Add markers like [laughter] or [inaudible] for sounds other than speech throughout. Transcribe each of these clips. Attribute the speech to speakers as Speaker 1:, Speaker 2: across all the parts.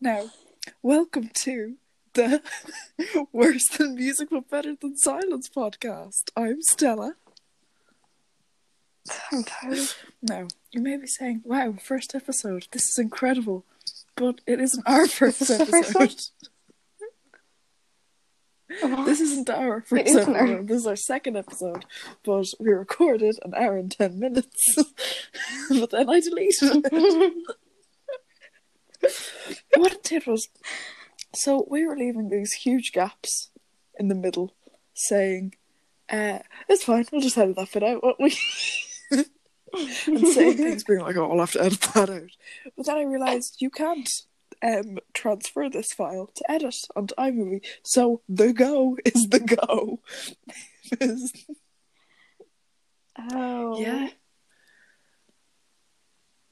Speaker 1: Now, welcome to the [laughs] Worse Than Music But Better Than Silence podcast. I'm Stella. [laughs]
Speaker 2: I'm tired.
Speaker 1: Now, you may be saying, wow, first episode, this is incredible. But it isn't our
Speaker 2: [laughs]
Speaker 1: first
Speaker 2: This is the first one?
Speaker 1: episode.
Speaker 2: [laughs]
Speaker 1: This isn't our first
Speaker 2: isn't our-
Speaker 1: episode. This is our second episode. But we recorded an hour and ten minutes. [laughs] but then I deleted it. what it did was so we were leaving these huge gaps in the middle saying uh, it's fine we'll just edit that bit out won't we [laughs] and saying things being like oh i'll have to edit that out but then i realized you can't um, transfer this file to edit onto imovie so the go is the go [laughs]
Speaker 2: oh.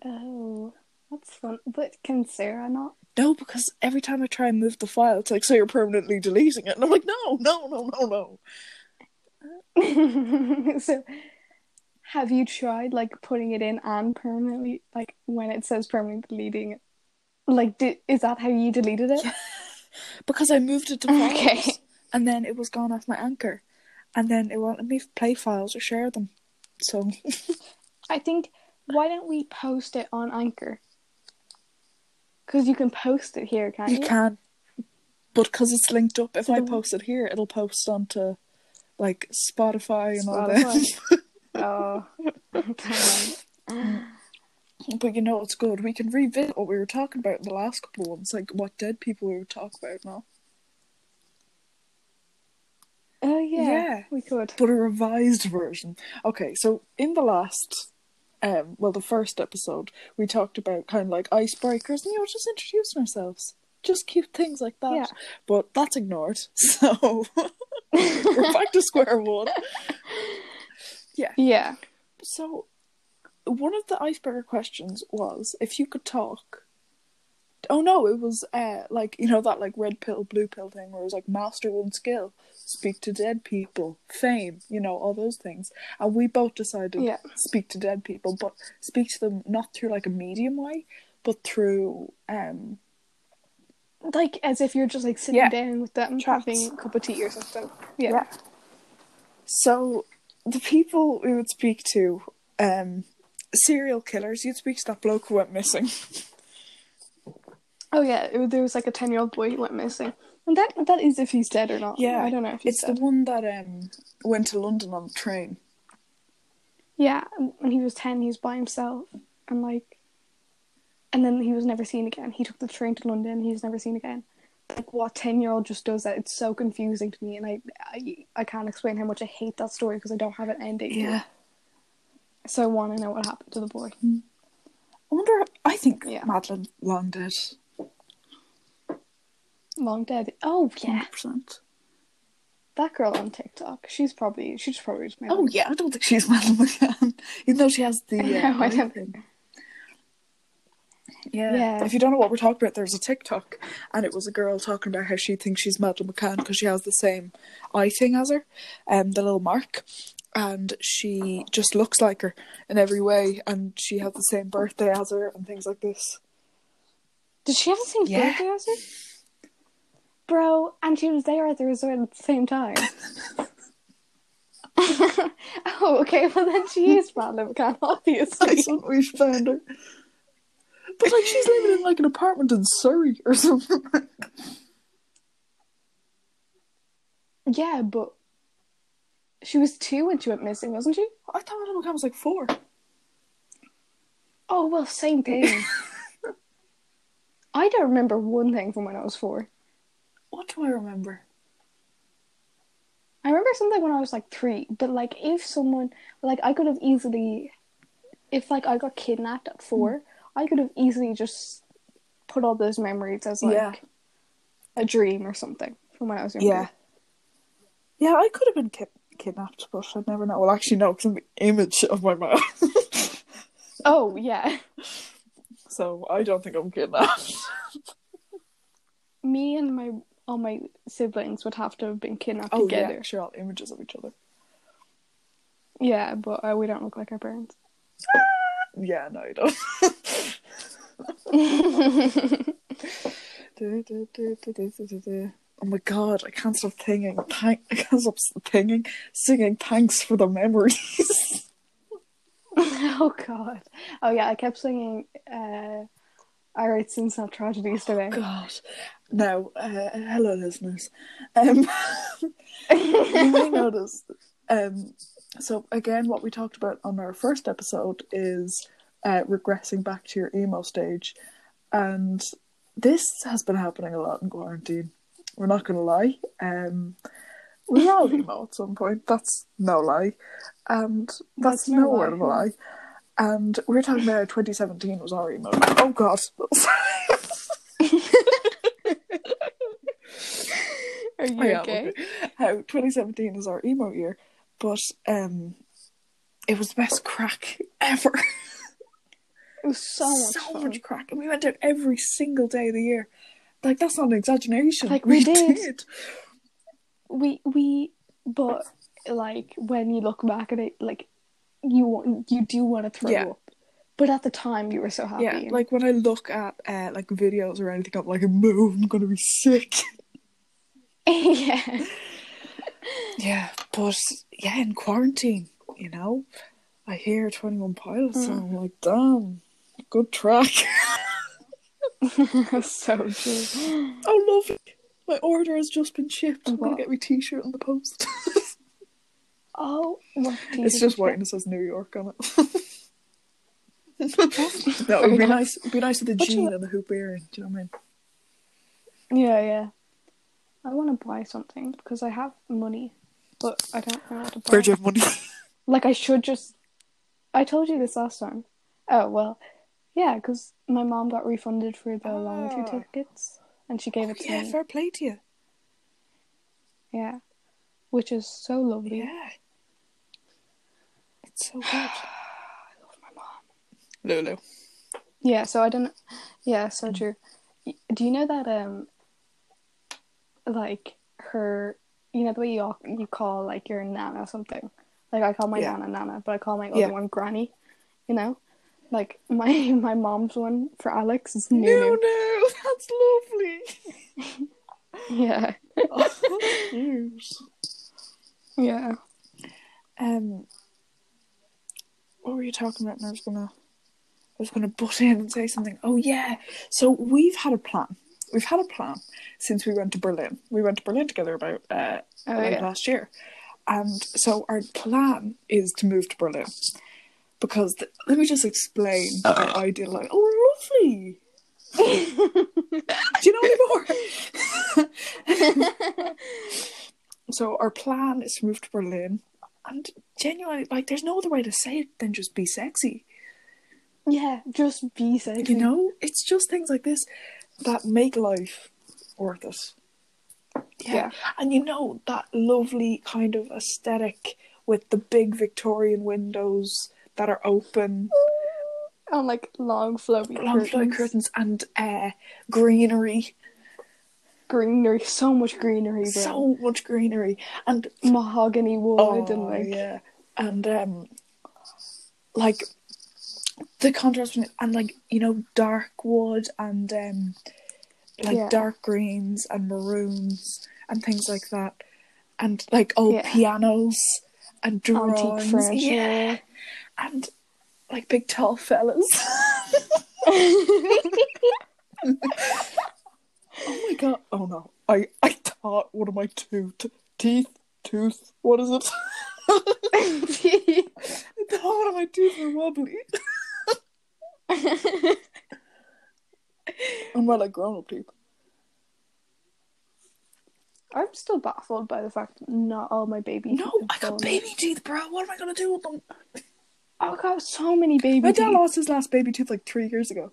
Speaker 2: Oh. That's fun. But can Sarah not? [laughs]
Speaker 1: no because every time i try and move the file it's like so you're permanently deleting it and i'm like no no no no no
Speaker 2: so, have you tried like putting it in and permanently, like when it says permanently deleting it? Like, di- is that how you deleted it?
Speaker 1: because i moved it to files.
Speaker 2: [laughs] Okay.
Speaker 1: and then it was gone off my anchor, and then it won't let me play files or share them. So
Speaker 2: I think why don't we post it on Anchor? Because you can post it here, can't you?
Speaker 1: you can, but because it's linked up, if I
Speaker 2: Mhm.
Speaker 1: post it here, it'll post onto like Spotify and all that.
Speaker 2: Spotify.
Speaker 1: [laughs]
Speaker 2: oh. [laughs]
Speaker 1: Mm. But you know, it's good. We can revisit what we were talking about in the last couple of ones, like what dead people we would talk about now.
Speaker 2: oh yeah,
Speaker 1: Yeah.
Speaker 2: we could.
Speaker 1: but a revised version. Okay, so in the last, um, well, the first episode, we talked about kind of like icebreakers, and you know, just introducing ourselves, just cute things like that.
Speaker 2: Yeah.
Speaker 1: But that's ignored, [laughs] so we're back to square one.
Speaker 2: Yeah.
Speaker 1: So, one of the icebreaker questions was if you could talk. Oh no, it was uh, like you know that like red pill, blue pill thing where it was like master one skill, speak to dead people, fame, you know all those things. And we both decided
Speaker 2: Yeah.
Speaker 1: speak to dead people, but speak to them not through like a medium way, but through um
Speaker 2: Like as if you're just like sitting
Speaker 1: Yeah.
Speaker 2: down with them
Speaker 1: Chats.
Speaker 2: having a cup of tea or something. Yeah.
Speaker 1: Yeah. So the people we would speak to, um serial killers, you'd speak to that bloke who went missing.
Speaker 2: Oh yeah, it, was- there was like a ten year old boy who went missing. And that that is if he's dead or not.
Speaker 1: Yeah.
Speaker 2: I don't know if he's
Speaker 1: It's the
Speaker 2: dead.
Speaker 1: one that um went to London on the train.
Speaker 2: Yeah, and when he was ten he was by himself and like and then he was never seen again. He took the train to London, he was never seen again. Like what ten year old just does that? It's so confusing to me and I I, I can't explain how much I hate that story because I don't have an ending. to it. So I wanna know what happened to the boy.
Speaker 1: I wonder. I think
Speaker 2: Yeah.
Speaker 1: Madeline long dead.
Speaker 2: Long dead. Oh yeah.
Speaker 1: 100%.
Speaker 2: That girl on TikTok, she's probably she just probably just made
Speaker 1: Oh
Speaker 2: that.
Speaker 1: yeah, I don't think she's Madeline McCann, [laughs] even though she has [laughs] the. Uh,
Speaker 2: No, I don't
Speaker 1: thing.
Speaker 2: think-
Speaker 1: Yeah.
Speaker 2: Yeah.
Speaker 1: If you don't know what we're talking about, there's a TikTok, and it was a girl talking about how she thinks she's Madeline McCann because she has the same eye thing as her, um, the little mark, and she just looks like her in every way, and she has the same birthday as her, and things like this.
Speaker 2: Did she have the same
Speaker 1: Yeah.
Speaker 2: birthday as her? [laughs] Bro, and she was there at the resort at the same [laughs] time. oh, okay, well then she is Madeline McCann, [laughs] obviously.
Speaker 1: That's what we found her. But like, she's living in like an apartment in Surrey or [laughs] something.
Speaker 2: Yeah, but she was two when she went missing, wasn't she?
Speaker 1: I thought Madeline McCann was like four.
Speaker 2: Oh well, same [laughs] thing. I don't remember one thing from when I was four.
Speaker 1: What do I remember?
Speaker 2: I remember something when I was like three, but like if someone like I could have easily if like I got kidnapped at four,
Speaker 1: Mm-hmm.
Speaker 2: I could have easily just put all those memories as like
Speaker 1: Yeah.
Speaker 2: a dream or something from when I was younger.
Speaker 1: Yeah. Yeah, I could have been kid- kidnapped, but I'd never know. Well, actually, no, because I'm the image of my mom. [laughs]
Speaker 2: Oh yeah. [laughs]
Speaker 1: so I don't think I'm kidnapped.
Speaker 2: Me and my all my siblings would have to have been kidnapped
Speaker 1: Oh, yeah,
Speaker 2: together.
Speaker 1: sure, all images of each other.
Speaker 2: Yeah, but uh, we don't look like our parents.
Speaker 1: [laughs]
Speaker 2: [laughs] Oh,
Speaker 1: Yeah, no, I don't. Oh my god, I can't stop singing. Thank- I can't stop singing. Singing thanks for the memories. [laughs]
Speaker 2: oh god. Oh yeah, I kept singing uh I write sins not tragedies
Speaker 1: Oh,
Speaker 2: today.
Speaker 1: god. Now, uh, hello listeners. Um, [laughs]
Speaker 2: [laughs]
Speaker 1: you may notice. Um, so again, what we talked about on our first episode is uh, regressing back to your emo stage, and this has been happening a lot in quarantine. We're not going to lie. Um, we're all emo at some point. That's no lie, and that's,
Speaker 2: That's no
Speaker 1: no word
Speaker 2: lie.
Speaker 1: of a lie. And we're talking about how 2017 was our emo. Oh God. [laughs]
Speaker 2: Are you
Speaker 1: I
Speaker 2: [laughs]
Speaker 1: am, How 2017 is our emo year, but um, it was the best crack ever.
Speaker 2: It was [laughs] so much
Speaker 1: so
Speaker 2: fun.
Speaker 1: much crack, and we went out every single day of the year. Like that's not an exaggeration.
Speaker 2: Like, we did.
Speaker 1: did.
Speaker 2: We we but like when you look back at it, like you want you do want to throw
Speaker 1: Yeah.
Speaker 2: up. But at the time you were so happy.
Speaker 1: Yeah,
Speaker 2: and-
Speaker 1: like when I look at uh, like videos or anything, I'm like, no, I'm gonna be sick.
Speaker 2: [laughs]
Speaker 1: [laughs]
Speaker 2: yeah. [laughs]
Speaker 1: yeah, but yeah, in quarantine, you know, I hear Twenty One Pilots,
Speaker 2: Mm.
Speaker 1: and I'm like, damn, good track.
Speaker 2: so true.
Speaker 1: Oh, lovely. My order has just been shipped. I'm going
Speaker 2: What?
Speaker 1: to get my t shirt on the post. [laughs]
Speaker 2: Oh, what do you
Speaker 1: it's just
Speaker 2: think- [laughs]
Speaker 1: [laughs] white and it says New York on [laughs] it. no, it would be
Speaker 2: enough.
Speaker 1: nice. It'd be nice with the
Speaker 2: What do you-
Speaker 1: jean and the hoop earring. Do you know what I mean?
Speaker 2: Yeah, yeah. I want to buy something because I have money, but I don't know what to buy.
Speaker 1: Where do you have money? [laughs]
Speaker 2: Like I should just. I told you this last time. Oh well, yeah, because my mom got refunded for the long
Speaker 1: Ah.
Speaker 2: two tickets, and she gave it to
Speaker 1: Oh, yeah,
Speaker 2: me.
Speaker 1: fair play to you.
Speaker 2: Yeah, which is so lovely.
Speaker 1: Yeah. It's so good. [sighs] I love my mom. Lulu.
Speaker 2: Yeah, so I don't. Yeah,
Speaker 1: Mm.
Speaker 2: so true. Y- Do you know that um, like her, you know the way you all, you call like your nana or something. Like I call my
Speaker 1: Yeah.
Speaker 2: nana nana, but I call my other
Speaker 1: Yeah.
Speaker 2: one granny. You know, like [laughs] my my mom's one for Alex is
Speaker 1: No,
Speaker 2: Nunu.
Speaker 1: no, that's [laughs] lovely.
Speaker 2: [laughs] Yeah,
Speaker 1: [laughs] oh, cute.
Speaker 2: yeah.
Speaker 1: Um, what were you talking about? And I was gonna, I was gonna butt in and say something. Oh yeah. So we've had a plan. We've had a plan since we went to Berlin. We went to Berlin together about uh,
Speaker 2: Oh,
Speaker 1: late
Speaker 2: yeah.
Speaker 1: last year, and so our plan is to move to Berlin because th- let me just explain our ideal life. Oh,
Speaker 2: [laughs]
Speaker 1: lovely. Do you know any more?
Speaker 2: [laughs]
Speaker 1: so our plan is to move to Berlin, and genuinely, like, there's no other way to say it than just be sexy.
Speaker 2: Yeah, just be safe.
Speaker 1: You know, it's just things like this that make life worth it. Yeah.
Speaker 2: Yeah.
Speaker 1: And you know, that lovely kind of aesthetic with the big Victorian windows that are open,
Speaker 2: on like long flowy
Speaker 1: long flow curtains, and uh, greenery.
Speaker 2: greenery, so much greenery, bro.
Speaker 1: So much greenery. And
Speaker 2: mahogany wood and
Speaker 1: Oh,
Speaker 2: like
Speaker 1: yeah, and um, like the contrast between and like you know dark wood and um, like
Speaker 2: Yeah.
Speaker 1: dark greens and maroons and things like that, and like old
Speaker 2: Yeah.
Speaker 1: pianos and drawings,
Speaker 2: antique furniture.
Speaker 1: yeah, and like big tall fellas. [laughs] oh my god! Oh no, I I thought one of my tooth teeth tooth. What is it? [laughs] The whole of my teeth were wobbly. And well, like grown up teeth.
Speaker 2: [laughs] I'm still baffled by the fact that not all my babies.
Speaker 1: No, I got baby teeth, bro. What am I gonna do with them?
Speaker 2: I got so many
Speaker 1: My
Speaker 2: babies.
Speaker 1: dad lost his last baby tooth like three years ago.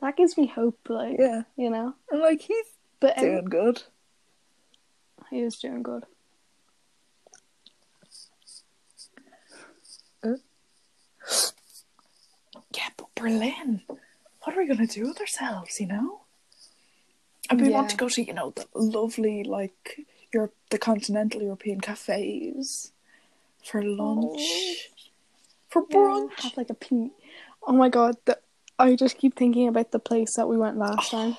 Speaker 2: That gives me hope, like
Speaker 1: Yeah,
Speaker 2: you know.
Speaker 1: and like he's
Speaker 2: But um,
Speaker 1: doing good.
Speaker 2: he is doing good.
Speaker 1: Yeah, but Berlin. What are we gonna do with ourselves? You know. And we want
Speaker 2: Yeah.
Speaker 1: to go to you know the lovely like Europe, the continental European cafes for lunch, for
Speaker 2: Oh, Yeah,
Speaker 1: brunch.
Speaker 2: have like a pin. Oh my god, the I just keep thinking about the place that we went last
Speaker 1: Oh,
Speaker 2: time.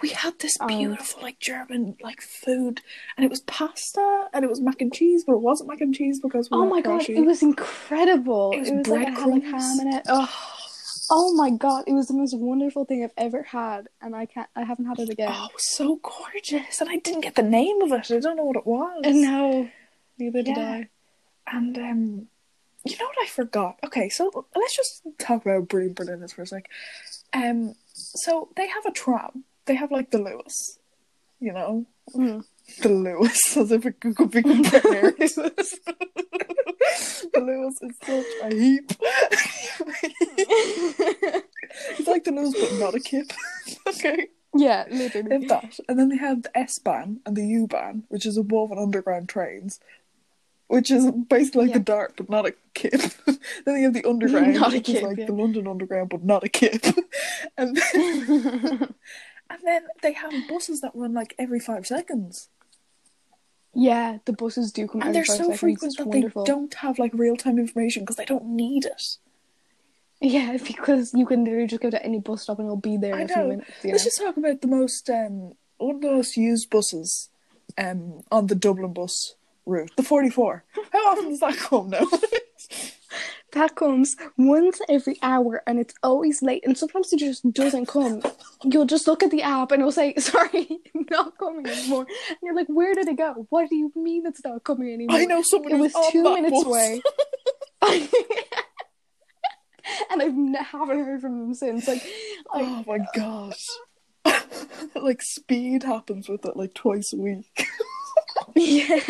Speaker 1: We had this
Speaker 2: Um,
Speaker 1: beautiful like German like food, and it was pasta and it was mac and cheese, but it wasn't mac and cheese because we
Speaker 2: Oh
Speaker 1: weren't
Speaker 2: my god,
Speaker 1: Rashi.
Speaker 2: it was incredible.
Speaker 1: It was
Speaker 2: like it had like
Speaker 1: breadcrumbs.
Speaker 2: ham in it. Ugh. Oh my god, it was the most wonderful thing I've ever had, and I can't. I haven't had it again.
Speaker 1: Oh, it was so gorgeous, and I didn't get the name of it. I don't know what it was.
Speaker 2: [laughs] And no, neither did
Speaker 1: Yeah.
Speaker 2: I.
Speaker 1: And um, you know what I forgot? Okay, so let's just talk about Brilliant Berliners for a sec. Um, so they have a tram. They have like the Lewis, you know,
Speaker 2: Mm.
Speaker 1: the Lewis, [laughs] as if it could be compared. the Lewis is such a heap. [laughs]
Speaker 2: mm.
Speaker 1: it's like the Lewis, but not a kip. [laughs] okay,
Speaker 2: yeah,
Speaker 1: they
Speaker 2: literally.
Speaker 1: have that, and then they have the S Bahn and the U Bahn, which is above and underground trains. Which is basically like the
Speaker 2: Yeah.
Speaker 1: dark, but not a kip. [laughs] then they have the underground,
Speaker 2: Not a
Speaker 1: which is
Speaker 2: kip,
Speaker 1: like
Speaker 2: yeah.
Speaker 1: the London underground, but not a kip. [laughs] and then, [laughs] and then they have buses that run like every five seconds.
Speaker 2: [laughs] yeah, the buses do come
Speaker 1: and
Speaker 2: every
Speaker 1: they're
Speaker 2: five
Speaker 1: so
Speaker 2: seconds,
Speaker 1: frequent
Speaker 2: it's
Speaker 1: that
Speaker 2: wonderful.
Speaker 1: they don't have like real time information because they don't need it.
Speaker 2: Yeah, [laughs] because you can literally just go to any bus stop and it'll be there
Speaker 1: I
Speaker 2: in a few
Speaker 1: know.
Speaker 2: minutes. You know?
Speaker 1: Let's just talk about the most um one of the most used buses um on the Dublin bus route, the forty four. How often does that come now? [laughs]
Speaker 2: That comes once every hour and it's always late, and sometimes it just doesn't come. You'll just look at the app and it'll say, [laughs] Sorry, not coming anymore. And you're like, Where did it go? What do you mean it's not coming anymore?
Speaker 1: I know someone
Speaker 2: It
Speaker 1: who's
Speaker 2: was
Speaker 1: on
Speaker 2: two
Speaker 1: that
Speaker 2: minutes
Speaker 1: bus. [laughs]
Speaker 2: away. [laughs] and I n- haven't heard from him since. Like, I,
Speaker 1: Oh my gosh. [laughs] like speed happens with it like twice a week.
Speaker 2: [laughs] yeah.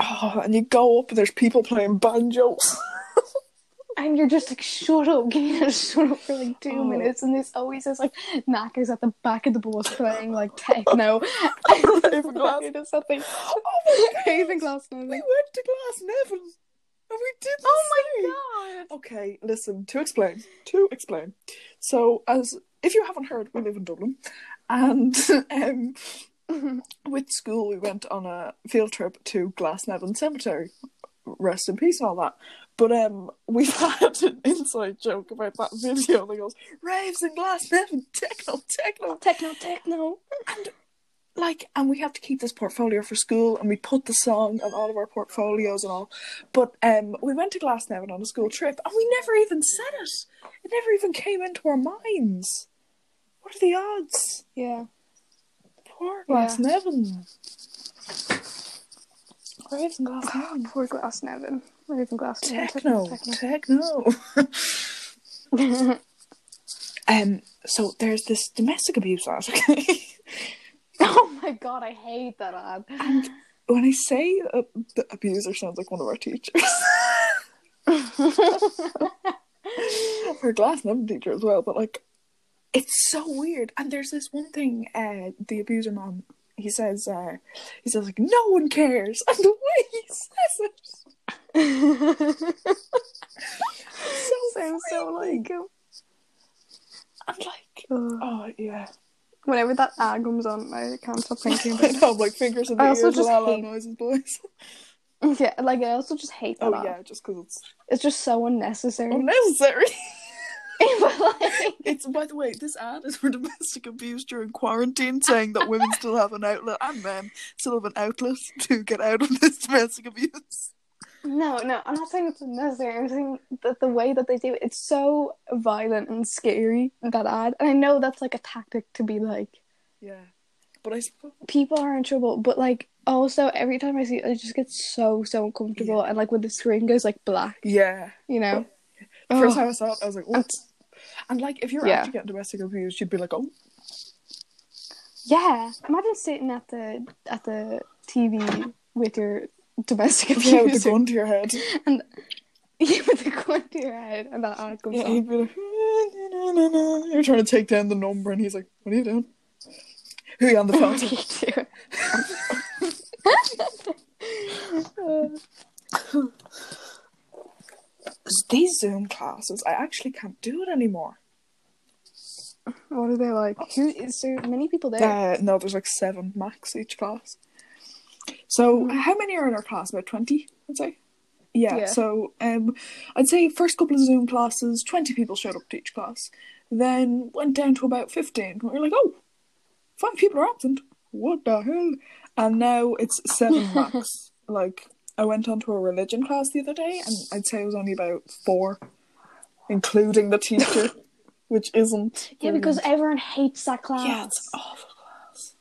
Speaker 1: Oh, and you go up and there's people playing banjos.
Speaker 2: And you're just like, Shut up, give me that [laughs] shut up for like two
Speaker 1: Oh.
Speaker 2: minutes. And there's always this like knackers at the back of the bus playing like
Speaker 1: [laughs]
Speaker 2: techno.
Speaker 1: Raven Glass.
Speaker 2: [laughs] Or something.
Speaker 1: [laughs] Oh my
Speaker 2: [laughs]
Speaker 1: god.
Speaker 2: Raven Glass
Speaker 1: We
Speaker 2: moment.
Speaker 1: went to Glasnevin and we did the
Speaker 2: Oh
Speaker 1: same.
Speaker 2: God.
Speaker 1: Okay, listen, to explain, to explain. So, as if you haven't heard, we live in Dublin, and [laughs] um, with school, we went on a field trip to Glasnevin Cemetery. Rest in peace and all that. But um, [laughs] we've had an inside joke about that video that goes, Raves in Glasnevin, techno, techno,
Speaker 2: Techno, techno.
Speaker 1: like and we have to keep this portfolio for school and we put the song on all of our portfolios and all but um we went to glasnevin on a school trip and we never even said it it never even came into our minds what are the odds
Speaker 2: Yeah.
Speaker 1: poor
Speaker 2: Yeah.
Speaker 1: glasnevin Raves in Glasnevin.
Speaker 2: Oh, Poor Glass Nevin. Raven Glass Nevin.
Speaker 1: techno techno
Speaker 2: techno. [laughs]
Speaker 1: um so there's this domestic abuse ad okay
Speaker 2: oh my god, I hate
Speaker 1: [laughs]
Speaker 2: that ad.
Speaker 1: and [laughs] when i say uh, the abuser sounds like one of our teachers [laughs] her glass number teacher as well, but like it's so weird. And there's this one thing, uh, the abuser mom, he says, uh, he says like no one cares, [laughs] and the way he says it is so
Speaker 2: Sounds so
Speaker 1: frightening.
Speaker 2: like him.
Speaker 1: I'm like,
Speaker 2: Ugh.
Speaker 1: oh
Speaker 2: [laughs]
Speaker 1: yeah,
Speaker 2: Whenever that ad comes on, I can't
Speaker 1: [laughs]
Speaker 2: stop thinking about
Speaker 1: I know, I'm like fingers in the
Speaker 2: I also
Speaker 1: ears,
Speaker 2: just
Speaker 1: la la
Speaker 2: hate-
Speaker 1: noises, boys. [laughs]
Speaker 2: it. Yeah, like I also just hate that Mm.
Speaker 1: Oh
Speaker 2: ad.
Speaker 1: yeah, just because it's
Speaker 2: It's just so unnecessary.
Speaker 1: unnecessary.
Speaker 2: [laughs]
Speaker 1: [laughs]
Speaker 2: But, like,
Speaker 1: It's by the way, this ad is for [laughs] domestic abuse during quarantine, saying that
Speaker 2: [laughs]
Speaker 1: women still have an outlet and men still have an outlet to get out of this [laughs] domestic abuse.
Speaker 2: No, no, I'm not saying it's unnecessary. I'm saying that the way that they do it, it's so violent and scary, that ad. And I know that's like a tactic to be like,
Speaker 1: Yeah, but I suppose
Speaker 2: people are in trouble, but like, also every time I see it, I just get so, so uncomfortable. And like when the screen goes like black,
Speaker 1: yeah.
Speaker 2: you know?
Speaker 1: First
Speaker 2: Ugh.
Speaker 1: time I saw it, I was like, what?
Speaker 2: Oh. And-
Speaker 1: And like, if you're
Speaker 2: Yeah.
Speaker 1: actually getting domestic abuse, you'd be like,
Speaker 2: [laughs]
Speaker 1: oh,
Speaker 2: yeah, imagine sitting at the at the TV with your [laughs] domestic
Speaker 1: yeah, with the
Speaker 2: abuser
Speaker 1: gun to your
Speaker 2: [laughs]
Speaker 1: head.
Speaker 2: Yeah, with the gun to your head, and that ad comes
Speaker 1: Yeah,
Speaker 2: on. [laughs]
Speaker 1: he'd be like, na, na, na, na. you're trying to take down the number, and he's like, what are you doing? Who are you on the phone
Speaker 2: What [laughs]
Speaker 1: to?
Speaker 2: are you doing?
Speaker 1: These Zoom classes, I actually can't do it anymore.
Speaker 2: What are they like? Who is there? Many people there.
Speaker 1: Uh, no, there's like seven max each class. So, how many are in our class? About 20, I'd say. Yeah,
Speaker 2: Yeah.
Speaker 1: so um, I'd say first couple of Zoom classes, 20 people showed up to each class. Then went down to about 15. We were like, oh, five people are absent. What the hell? And now it's seven max. Like, I went onto a religion class the other day, and I'd say it was only about four, including the teacher, which isn't.
Speaker 2: Yeah,
Speaker 1: very
Speaker 2: because everyone hates that class.
Speaker 1: yeah, it's an awful class.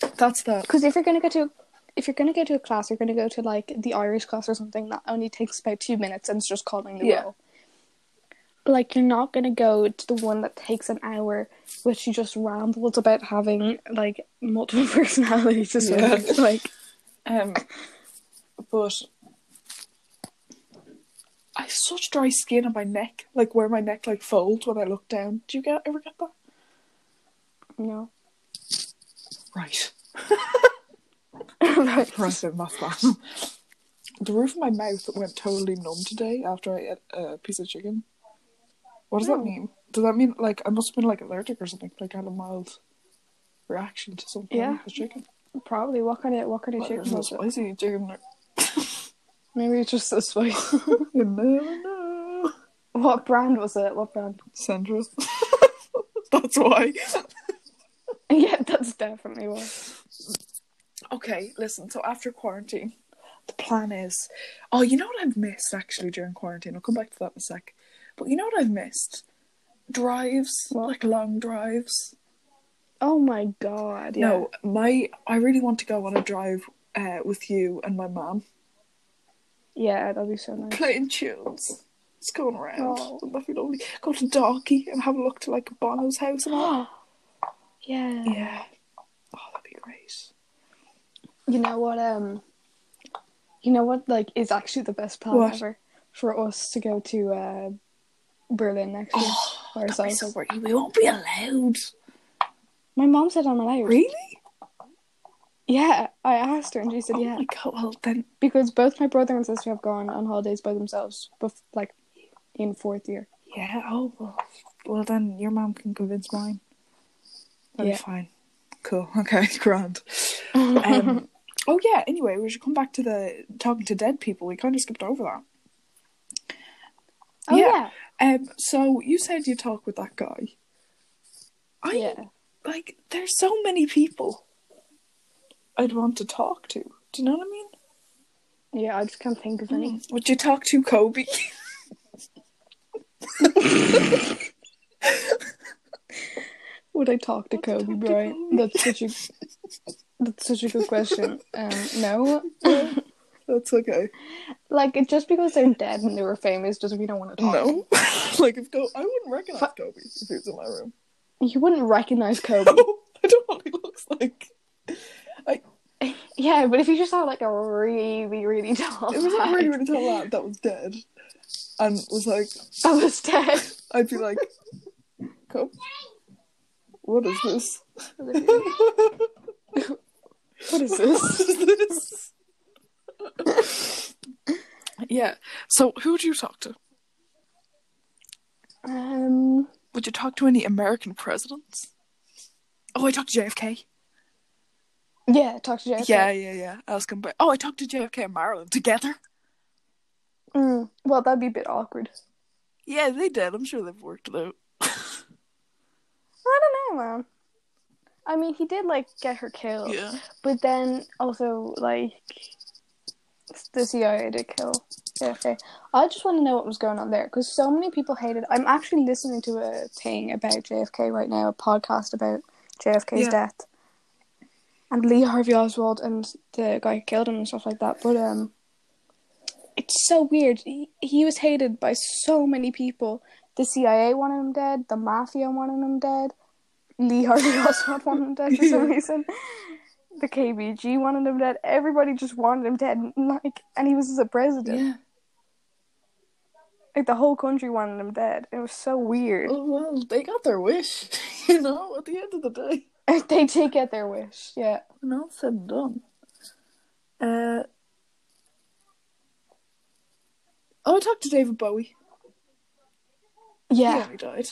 Speaker 1: But that's that.
Speaker 2: Because if you're gonna go to if you're gonna go to a class, you're gonna go to like the Irish class or something that only takes about two minutes and it's just calling the
Speaker 1: Yeah.
Speaker 2: roll. Like you're not gonna go to the one that takes an hour, which you just rambles about having like multiple [laughs] personalities. Or
Speaker 1: Yeah.
Speaker 2: something. [laughs] Like
Speaker 1: Um, but I have such dry skin on my neck, like where my neck like folds when I look down. Do you get ever get that?
Speaker 2: no, [laughs]
Speaker 1: Right,
Speaker 2: right?
Speaker 1: right, then that's that. [laughs] the roof of my mouth went totally numb today after I ate a piece of chicken. What does
Speaker 2: Oh.
Speaker 1: that mean? Does that mean like I must have been like allergic or something? Like I had a mild reaction to something
Speaker 2: Yeah.
Speaker 1: with the chicken.
Speaker 2: Probably what kind of what kind of
Speaker 1: Well,
Speaker 2: chicken
Speaker 1: it
Speaker 2: was
Speaker 1: was
Speaker 2: it?
Speaker 1: spicy chicken.
Speaker 2: Maybe it's just so [laughs] spicy.
Speaker 1: You never know.
Speaker 2: what brand was it? What brand? [laughs]
Speaker 1: Central. [laughs] That's why.
Speaker 2: yeah, that's definitely what.
Speaker 1: Okay, listen. So after quarantine, the plan is. Oh, you know what I've missed actually during quarantine. I'll come back to that in a sec. But you know what I've missed? Drives,
Speaker 2: What?
Speaker 1: like long drives.
Speaker 2: Oh my god! Yeah.
Speaker 1: No, my I really want to go on a drive uh, with you and my mum,
Speaker 2: Yeah, that'd be
Speaker 1: [gasps]
Speaker 2: so
Speaker 1: [laughs]
Speaker 2: nice.
Speaker 1: playing tunes. Just going around.
Speaker 2: Oh.
Speaker 1: Wouldn't that be lovely? Go to Darky and have a look to like Bono's house and all.
Speaker 2: yeah.
Speaker 1: yeah. Oh, that'd be great.
Speaker 2: You know what? Um, you know what? Like, is actually the best plan
Speaker 1: What?
Speaker 2: ever for us to go to uh, Berlin
Speaker 1: [gasps]
Speaker 2: next year
Speaker 1: Oh,
Speaker 2: by
Speaker 1: that'd be
Speaker 2: ourselves.
Speaker 1: so great. We won't be allowed.
Speaker 2: My mom said I'm allowed.
Speaker 1: Really?
Speaker 2: Yeah, I asked her and she said
Speaker 1: Oh
Speaker 2: yeah
Speaker 1: my god. Well, then
Speaker 2: because both my brother and sister have gone on holidays by themselves, but like in fourth year.
Speaker 1: Yeah, oh, well, well then your mom can convince mine. That'd
Speaker 2: Yeah.
Speaker 1: be fine. Cool, [laughs] okay, grand. [laughs] Um, oh, yeah, anyway, we should come back to the talking to dead people. We kind of skipped over that.
Speaker 2: [laughs] oh yeah.
Speaker 1: Yeah. Um, so you said you talk with that guy. I,
Speaker 2: Yeah.
Speaker 1: like, there's so many people I'd want to talk to. Do you know what I mean?
Speaker 2: Yeah, I just can't think of any.
Speaker 1: Would you talk to Kobe? [laughs]
Speaker 2: Would I talk to
Speaker 1: Would you
Speaker 2: Kobe
Speaker 1: talk to
Speaker 2: Bryant?
Speaker 1: Kobe?
Speaker 2: That's such a that's such a good
Speaker 1: [laughs]
Speaker 2: question. Um, no,
Speaker 1: That's okay.
Speaker 2: like it just because they're dead and they were famous doesn't mean I want to talk. to them.
Speaker 1: No, [laughs] like if Go, I wouldn't recognize
Speaker 2: But-
Speaker 1: Kobe if he was in my [laughs] room.
Speaker 2: You wouldn't recognize Kobe.
Speaker 1: I don't know what he looks like.
Speaker 2: yeah, but if you just saw like a really, really tall
Speaker 1: It was a
Speaker 2: guy
Speaker 1: really, really tall lad that was dead, and was like,
Speaker 2: that
Speaker 1: [laughs]
Speaker 2: was dead.
Speaker 1: I'd be like, "Come, what is [laughs] this?
Speaker 2: what is this?
Speaker 1: is this?" yeah. So, who would you talk to?
Speaker 2: Um,
Speaker 1: Would you talk to any American presidents? Oh, I talked to JFK.
Speaker 2: yeah, talk to JFK.
Speaker 1: Yeah, yeah, yeah. Ask him. But oh, I talked to JFK and Marilyn together.
Speaker 2: Mm, well, that'd be a bit awkward.
Speaker 1: Yeah, they did. I'm sure they've worked it out.
Speaker 2: I don't know, man. I mean, he did like get her killed,
Speaker 1: Yeah.
Speaker 2: but then also like the CIA did kill JFK. I just want to know what was going on there because so many people hated. I'm actually listening to a thing about JFK right now, a podcast about JFK's
Speaker 1: Yeah.
Speaker 2: death, and Lee Harvey Oswald and the guy who killed him and stuff like that. But um, it's so weird. He, he was hated by so many people. The CIA wanted him dead. The mafia wanted him dead. Lee Harvey [laughs] Oswald wanted him dead for some
Speaker 1: [laughs] Yeah.
Speaker 2: reason. The KBG wanted him dead. Everybody just wanted him dead. and, Like, and he was the president. Like the whole country wanted him dead. It was so
Speaker 1: [laughs]
Speaker 2: weird.
Speaker 1: Oh well, they got their wish, [laughs] you know. At the end of the day,
Speaker 2: [laughs] they did get their wish. Yeah.
Speaker 1: when all said and done. Uh, oh, I talked to David Bowie.
Speaker 2: Yeah.
Speaker 1: he only died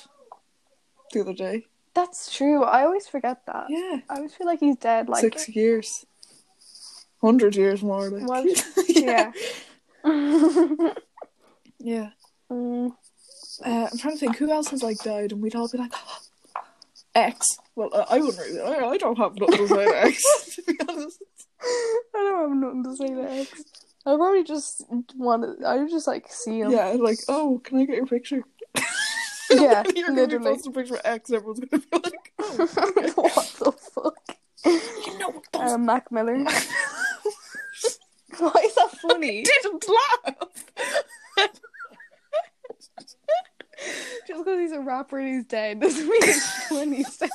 Speaker 1: the other day.
Speaker 2: That's true. I always forget that.
Speaker 1: Yeah,
Speaker 2: I always feel like he's dead. Like
Speaker 1: six years. hundred years more. Like.
Speaker 2: Well,
Speaker 1: [laughs] yeah,
Speaker 2: yeah.
Speaker 1: yeah.
Speaker 2: [laughs] Mm,
Speaker 1: Uh, I'm trying to think who else has like died, and we'd all be like, X. Well, uh, I wouldn't really. I, I don't have nothing to say to X. [laughs] To be honest,
Speaker 2: [laughs] I don't have nothing to say to X. I probably just want to. I would just like see him.
Speaker 1: yeah. Like, oh, can I get your picture?
Speaker 2: [laughs] Yeah,
Speaker 1: [laughs] You're gonna be
Speaker 2: literally.
Speaker 1: posting a picture of X. Everyone's gonna be like, oh,
Speaker 2: [laughs] what the fuck?
Speaker 1: you know what? Those...
Speaker 2: Uh, Mac Miller. [laughs] Why is that [laughs] funny?
Speaker 1: didn't laugh.
Speaker 2: Just because he's a rapper and he's dead doesn't mean it's funny still.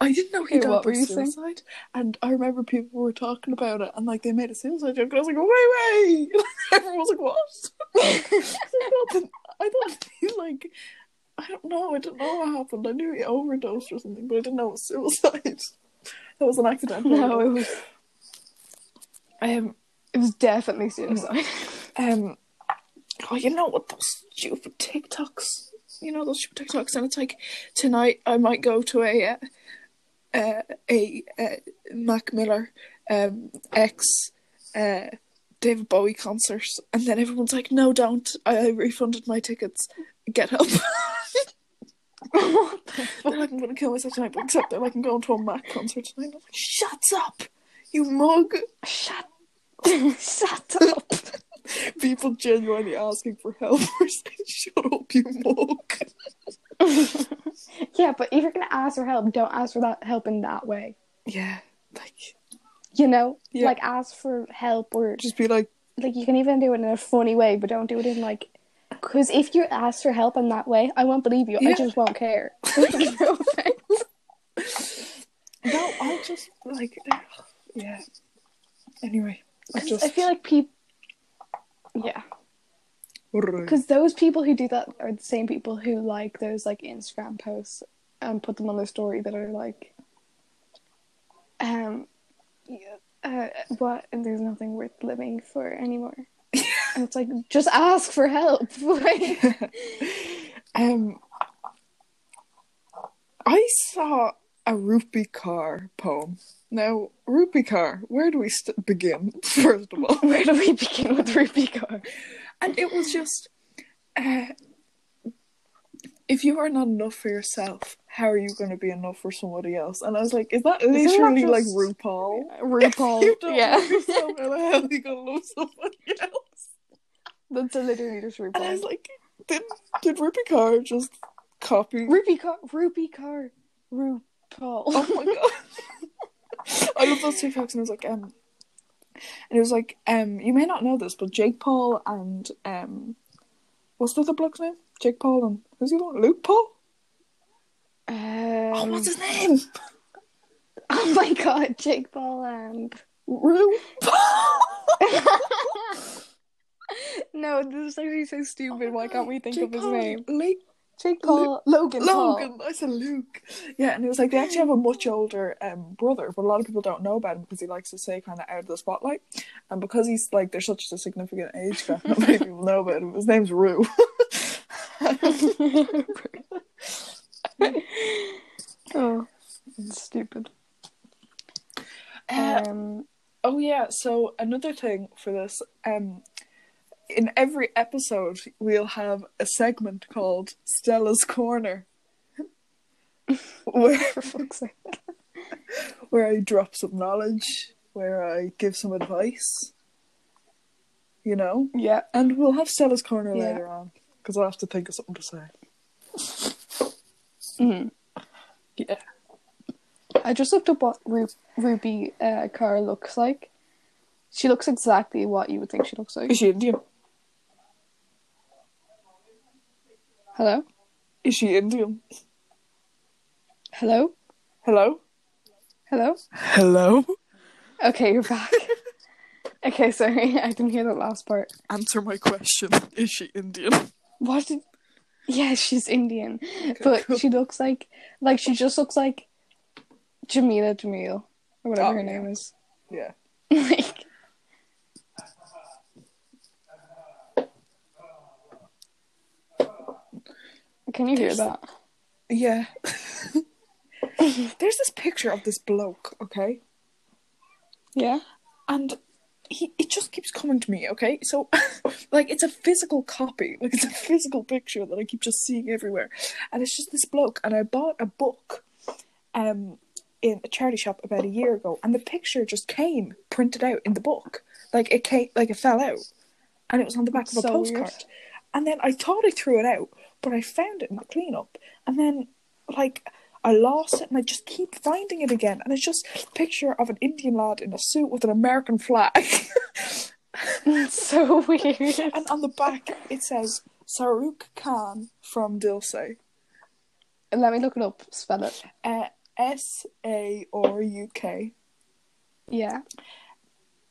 Speaker 1: I didn't know he
Speaker 2: Okay,
Speaker 1: died
Speaker 2: what
Speaker 1: by
Speaker 2: were you saying?
Speaker 1: suicide, and I remember people were talking about it, and like they made a suicide joke, and I was like, "Wait, [laughs] wait!" Everyone was like, "What?" I was like, "Nothing." [laughs] I thought he like, I don't know, I didn't know what happened. I knew he overdosed or something, but I didn't know it was suicide. [laughs] That was an accident.
Speaker 2: [laughs] No, it was
Speaker 1: um,
Speaker 2: it was definitely suicide.
Speaker 1: um, oh, you know what? Those stupid TikToks. You know those stupid TikToks, and it's like tonight I might go to a uh, uh, a uh, Mac Miller um ex uh David Bowie concert, and then everyone's like, "No, don't! I, I refunded my tickets. Get help!" [laughs]
Speaker 2: What the
Speaker 1: They're like, "I'm gonna kill myself tonight," but except they're like, "I'm going to a Mac concert tonight." I'm like, "Shut up, you mug!"
Speaker 2: Shut [laughs] Shut up.
Speaker 1: [laughs] People genuinely asking for help [laughs] or saying, "Shut up, you mug."
Speaker 2: Yeah, but if you're gonna ask for help, don't ask for that help in that way.
Speaker 1: Yeah, like
Speaker 2: You know?
Speaker 1: Yeah.
Speaker 2: Like ask for help or
Speaker 1: just be [laughs] like,
Speaker 2: like you can even do it in a funny way, but don't do it in like because if you ask for help in that way, I won't believe you.
Speaker 1: Yeah.
Speaker 2: I just won't care. No offense.
Speaker 1: [laughs] "No, I just like." Yeah. Anyway, I
Speaker 2: 'Cause
Speaker 1: just
Speaker 2: I feel like people. Yeah,
Speaker 1: because
Speaker 2: because those people who do that are the same people who like those like Instagram posts and put them on their story that are like, um, yeah, uh, what? And there's nothing worth living for
Speaker 1: [laughs]
Speaker 2: anymore. and it's like just ask for help. [laughs] Like,
Speaker 1: [laughs] um, I saw a Rupi Kaur poem. Now, Rupi Kaur, where do we st- begin? [laughs] First of all,
Speaker 2: where do we begin with Ruby Gar?
Speaker 1: and it was just, uh, if you are not enough for yourself, how are you going to be enough for somebody else? And I was like, is that
Speaker 2: that
Speaker 1: literally like
Speaker 2: just-
Speaker 1: RuPaul? [laughs]
Speaker 2: RuPaul.
Speaker 1: You don't
Speaker 2: yeah,
Speaker 1: love yourself, how the hell are you gonna love somebody else?
Speaker 2: [laughs] that's literally just
Speaker 1: And I was
Speaker 2: RuPaul.
Speaker 1: like, did did Rupi Kaur just copy?
Speaker 2: Ruby Car, Ruby Car, RuPaul.
Speaker 1: oh
Speaker 2: [laughs]
Speaker 1: my [laughs] god! I love those TikToks, and it was like, um, and it was like, um, you may not know this, but Jake Paul and um, what's the other bloke's name? Jake Paul and who's the other one? Luke Paul?
Speaker 2: Um,
Speaker 1: oh, what's his name?
Speaker 2: Oh my god, Jake Paul and
Speaker 1: [laughs] Ru Paul.
Speaker 2: [laughs] No, this is actually so stupid. Why can't we think
Speaker 1: Jake
Speaker 2: of his
Speaker 1: Paul and
Speaker 2: name?
Speaker 1: Lake
Speaker 2: Jake Paul Logan Paul.
Speaker 1: Logan, I said Luke. Yeah, and it was like they actually have a much older um, brother, but a lot of people don't know about him because he likes to stay kind of out of the spotlight. And because he's like, there's such a significant age gap, not many people know about him. His name's Rue.
Speaker 2: [laughs] oh, it's stupid.
Speaker 1: Uh,
Speaker 2: Um,
Speaker 1: oh yeah. So another thing for this, um, in every episode we'll have a segment called Stella's Corner, where
Speaker 2: for fuck's sake.
Speaker 1: where I drop some knowledge, where I give some advice. You know.
Speaker 2: Yeah.
Speaker 1: And we'll have Stella's Corner
Speaker 2: Yeah.
Speaker 1: later on because I'll have to think of something to say.
Speaker 2: Mm.
Speaker 1: Yeah.
Speaker 2: I just looked up what Ru- Ruby uh, Carr looks like. She looks exactly what you would think she looks like.
Speaker 1: Is she Indian?
Speaker 2: Hello?
Speaker 1: Is she Indian?
Speaker 2: Hello?
Speaker 1: Hello?
Speaker 2: Hello?
Speaker 1: Hello?
Speaker 2: Okay, you're back. [laughs] okay, sorry, [laughs] I didn't hear that last part.
Speaker 1: Answer my question. Is she Indian?
Speaker 2: What did? Yeah, she's Indian, but
Speaker 1: cool.
Speaker 2: she looks like like she just looks like Jamila Jamil or whatever
Speaker 1: Oh,
Speaker 2: her
Speaker 1: yeah.
Speaker 2: name is. [laughs]
Speaker 1: Yeah.
Speaker 2: like, can you hear
Speaker 1: There's-
Speaker 2: that?
Speaker 1: Yeah. There's this picture of this bloke, okay?
Speaker 2: Yeah.
Speaker 1: And he it just keeps coming to me, okay? So [laughs] like it's a physical copy, like it's a physical picture that I keep just seeing everywhere. And it's just this bloke and I bought a book um in a charity shop about a year ago and the picture just came printed out in the book. Like it came like it fell out. And it was on the back of a
Speaker 2: So weird.
Speaker 1: postcard. And then I thought I threw it out, but I found it in the cleanup. And then like I lost it and I just keep finding it again. And it's just a picture of an Indian lad in a suit with an American flag. [laughs]
Speaker 2: It's [laughs] so weird.
Speaker 1: and on the back it says Saruk Khan from Dilse.
Speaker 2: Let me look it up. Spell it.
Speaker 1: Uh, S A R U K.
Speaker 2: Yeah.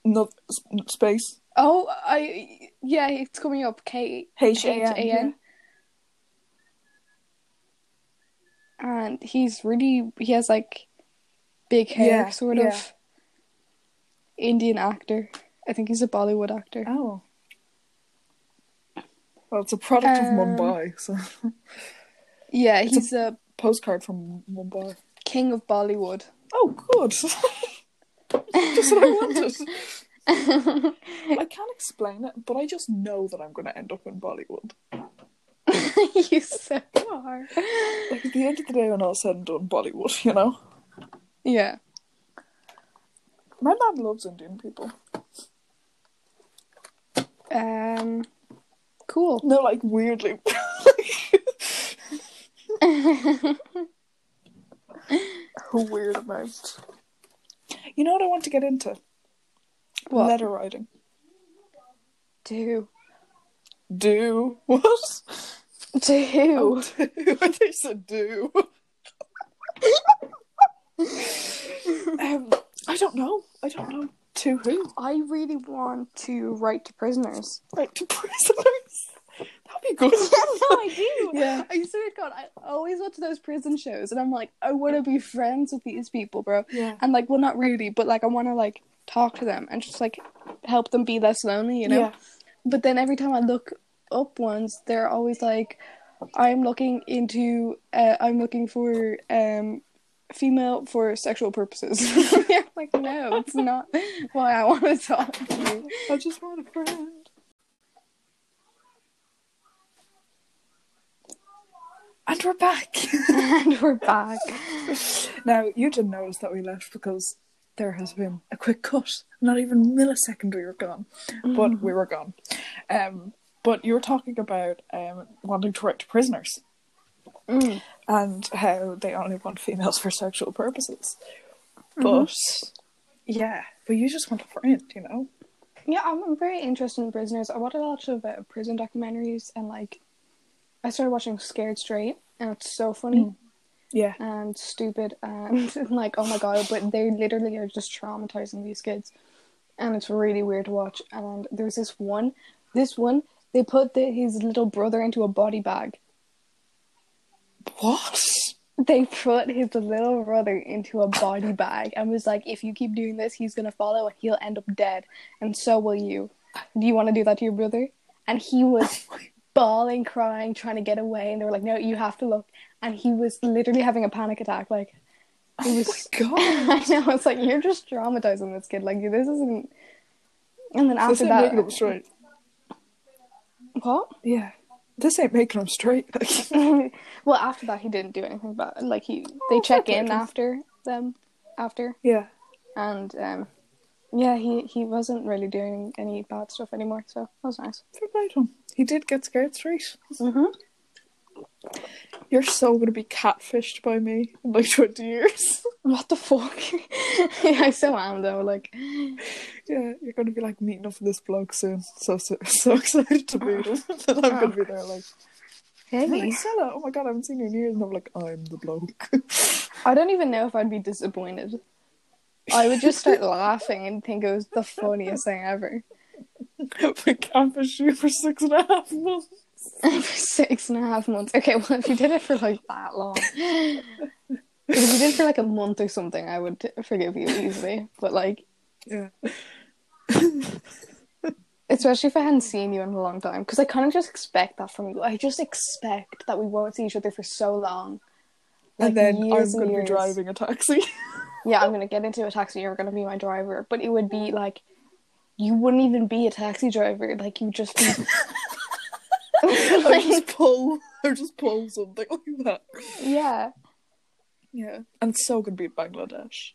Speaker 1: No s- space.
Speaker 2: Oh, I yeah, it's coming up. K
Speaker 1: H A N, yeah.
Speaker 2: And he's really he has like big hair,
Speaker 1: Yeah,
Speaker 2: sort
Speaker 1: yeah.
Speaker 2: of Indian actor. I think he's a Bollywood actor.
Speaker 1: Oh. Well, it's a product of
Speaker 2: Um,
Speaker 1: Mumbai, so [laughs]
Speaker 2: yeah, he's a
Speaker 1: postcard from Mumbai.
Speaker 2: king of Bollywood.
Speaker 1: Oh, [laughs] good. Just what [laughs] I wanted. I can't explain it, but I just know that I'm going to end up in Bollywood.
Speaker 2: [laughs] you so are.
Speaker 1: Like at the end of the day, when all said and done, Bollywood. You know,
Speaker 2: Yeah.
Speaker 1: my mom loves Indian people.
Speaker 2: Um. [laughs] Cool.
Speaker 1: No, like weirdly. [laughs] A weird amount. You know what I want to get into?
Speaker 2: What
Speaker 1: Letter writing.
Speaker 2: do
Speaker 1: Do what?
Speaker 2: to who?
Speaker 1: [laughs] Oh, do. I think so. Do. um, I don't know. I don't know to who.
Speaker 2: I really want to write to prisoners.
Speaker 1: Like to prisoners. That'd be good.
Speaker 2: I do.
Speaker 1: Yeah.
Speaker 2: [laughs] I swear to God, I always watch those prison shows, and I'm like, I want to be friends with these people, bro.
Speaker 1: Yeah.
Speaker 2: And like, well, not really, but like, I want to like talk to them and just like help them be less lonely, you know.
Speaker 1: Yeah.
Speaker 2: But then every time I look up ones, they're always like, I'm looking into, uh, I'm looking for um, female for sexual purposes. [laughs] yeah, like no, it's not why I want to talk to you.
Speaker 1: I just want a friend. And we're back. [laughs]
Speaker 2: and [laughs] we're back.
Speaker 1: now, you didn't notice that we left because there has been a quick cut. Not even a millisecond we were gone. But we were gone. Um, but you were talking about um, wanting to write to prisoners
Speaker 2: Mm.
Speaker 1: and how they only want females for sexual purposes. Mm-hmm. But, yeah, but you just want a friend, you know?
Speaker 2: Yeah, I'm I'm very interested in prisoners. I watch a lot of uh, prison documentaries, and like, I started watching Scared Straight, and it's so funny.
Speaker 1: Yeah.
Speaker 2: and stupid [laughs] and like oh my god but they literally are just traumatizing these kids and it's really weird to watch and there's this one this one they put the, his little brother into a body bag
Speaker 1: What?
Speaker 2: they put his little brother into a body bag and was like if you keep doing this he's gonna follow and he'll end up dead and so will you do you want to do that to your brother and
Speaker 1: [laughs]
Speaker 2: he was bawling crying trying to get away and they were like no you have to look and he was literally having a panic attack like [laughs]
Speaker 1: Oh my god.
Speaker 2: I know. It's like you're just traumatizing this kid. Like this isn't. And then
Speaker 1: This
Speaker 2: after
Speaker 1: ain't
Speaker 2: that,
Speaker 1: making them straight.
Speaker 2: [laughs] what?
Speaker 1: Yeah. This ain't making them straight. [laughs]
Speaker 2: well, after that, he didn't do anything. But like he, they
Speaker 1: Oh,
Speaker 2: check
Speaker 1: okay.
Speaker 2: in after them, after
Speaker 1: yeah.
Speaker 2: and um, yeah, he he wasn't really doing any bad stuff anymore. So that was nice.
Speaker 1: Fair play to him. He did get scared straight.
Speaker 2: Mhm.
Speaker 1: You're so gonna be catfished by me in like 20 years. [laughs]
Speaker 2: What the fuck? [laughs] yeah, I still am though. Like
Speaker 1: yeah, you're gonna be like meeting up with this bloke soon. So so, so [laughs] excited to meet him. [laughs] and I'm gonna be there like,
Speaker 2: really,
Speaker 1: Marcella, oh my god, I haven't seen you in years. And I'm like, I'm the bloke. [laughs]
Speaker 2: I don't even know if I'd be disappointed. I would just start [laughs] laughing and think it was the funniest thing ever. [laughs]
Speaker 1: we catfished you for six and a half months.
Speaker 2: for six and a half months. Okay, well, if you did it for like that long, if you did it for like a month or something, I would forgive you easily. But like,
Speaker 1: [laughs] Yeah.
Speaker 2: especially if I hadn't seen you in a long time, because I kind of just expect that from you. I just expect that we won't see each other for so long, Like,
Speaker 1: and then I'm
Speaker 2: years
Speaker 1: going to be
Speaker 2: years.
Speaker 1: driving a
Speaker 2: [laughs]
Speaker 1: taxi. [laughs]
Speaker 2: Yeah, I'm gonna get into a taxi. You're gonna be my driver, but it would be like you wouldn't even be a taxi driver. Like you just be.
Speaker 1: I
Speaker 2: [laughs] Like,
Speaker 1: just pull, I just pull something like that.
Speaker 2: yeah,
Speaker 1: Yeah, and it's so going to be in Bangladesh.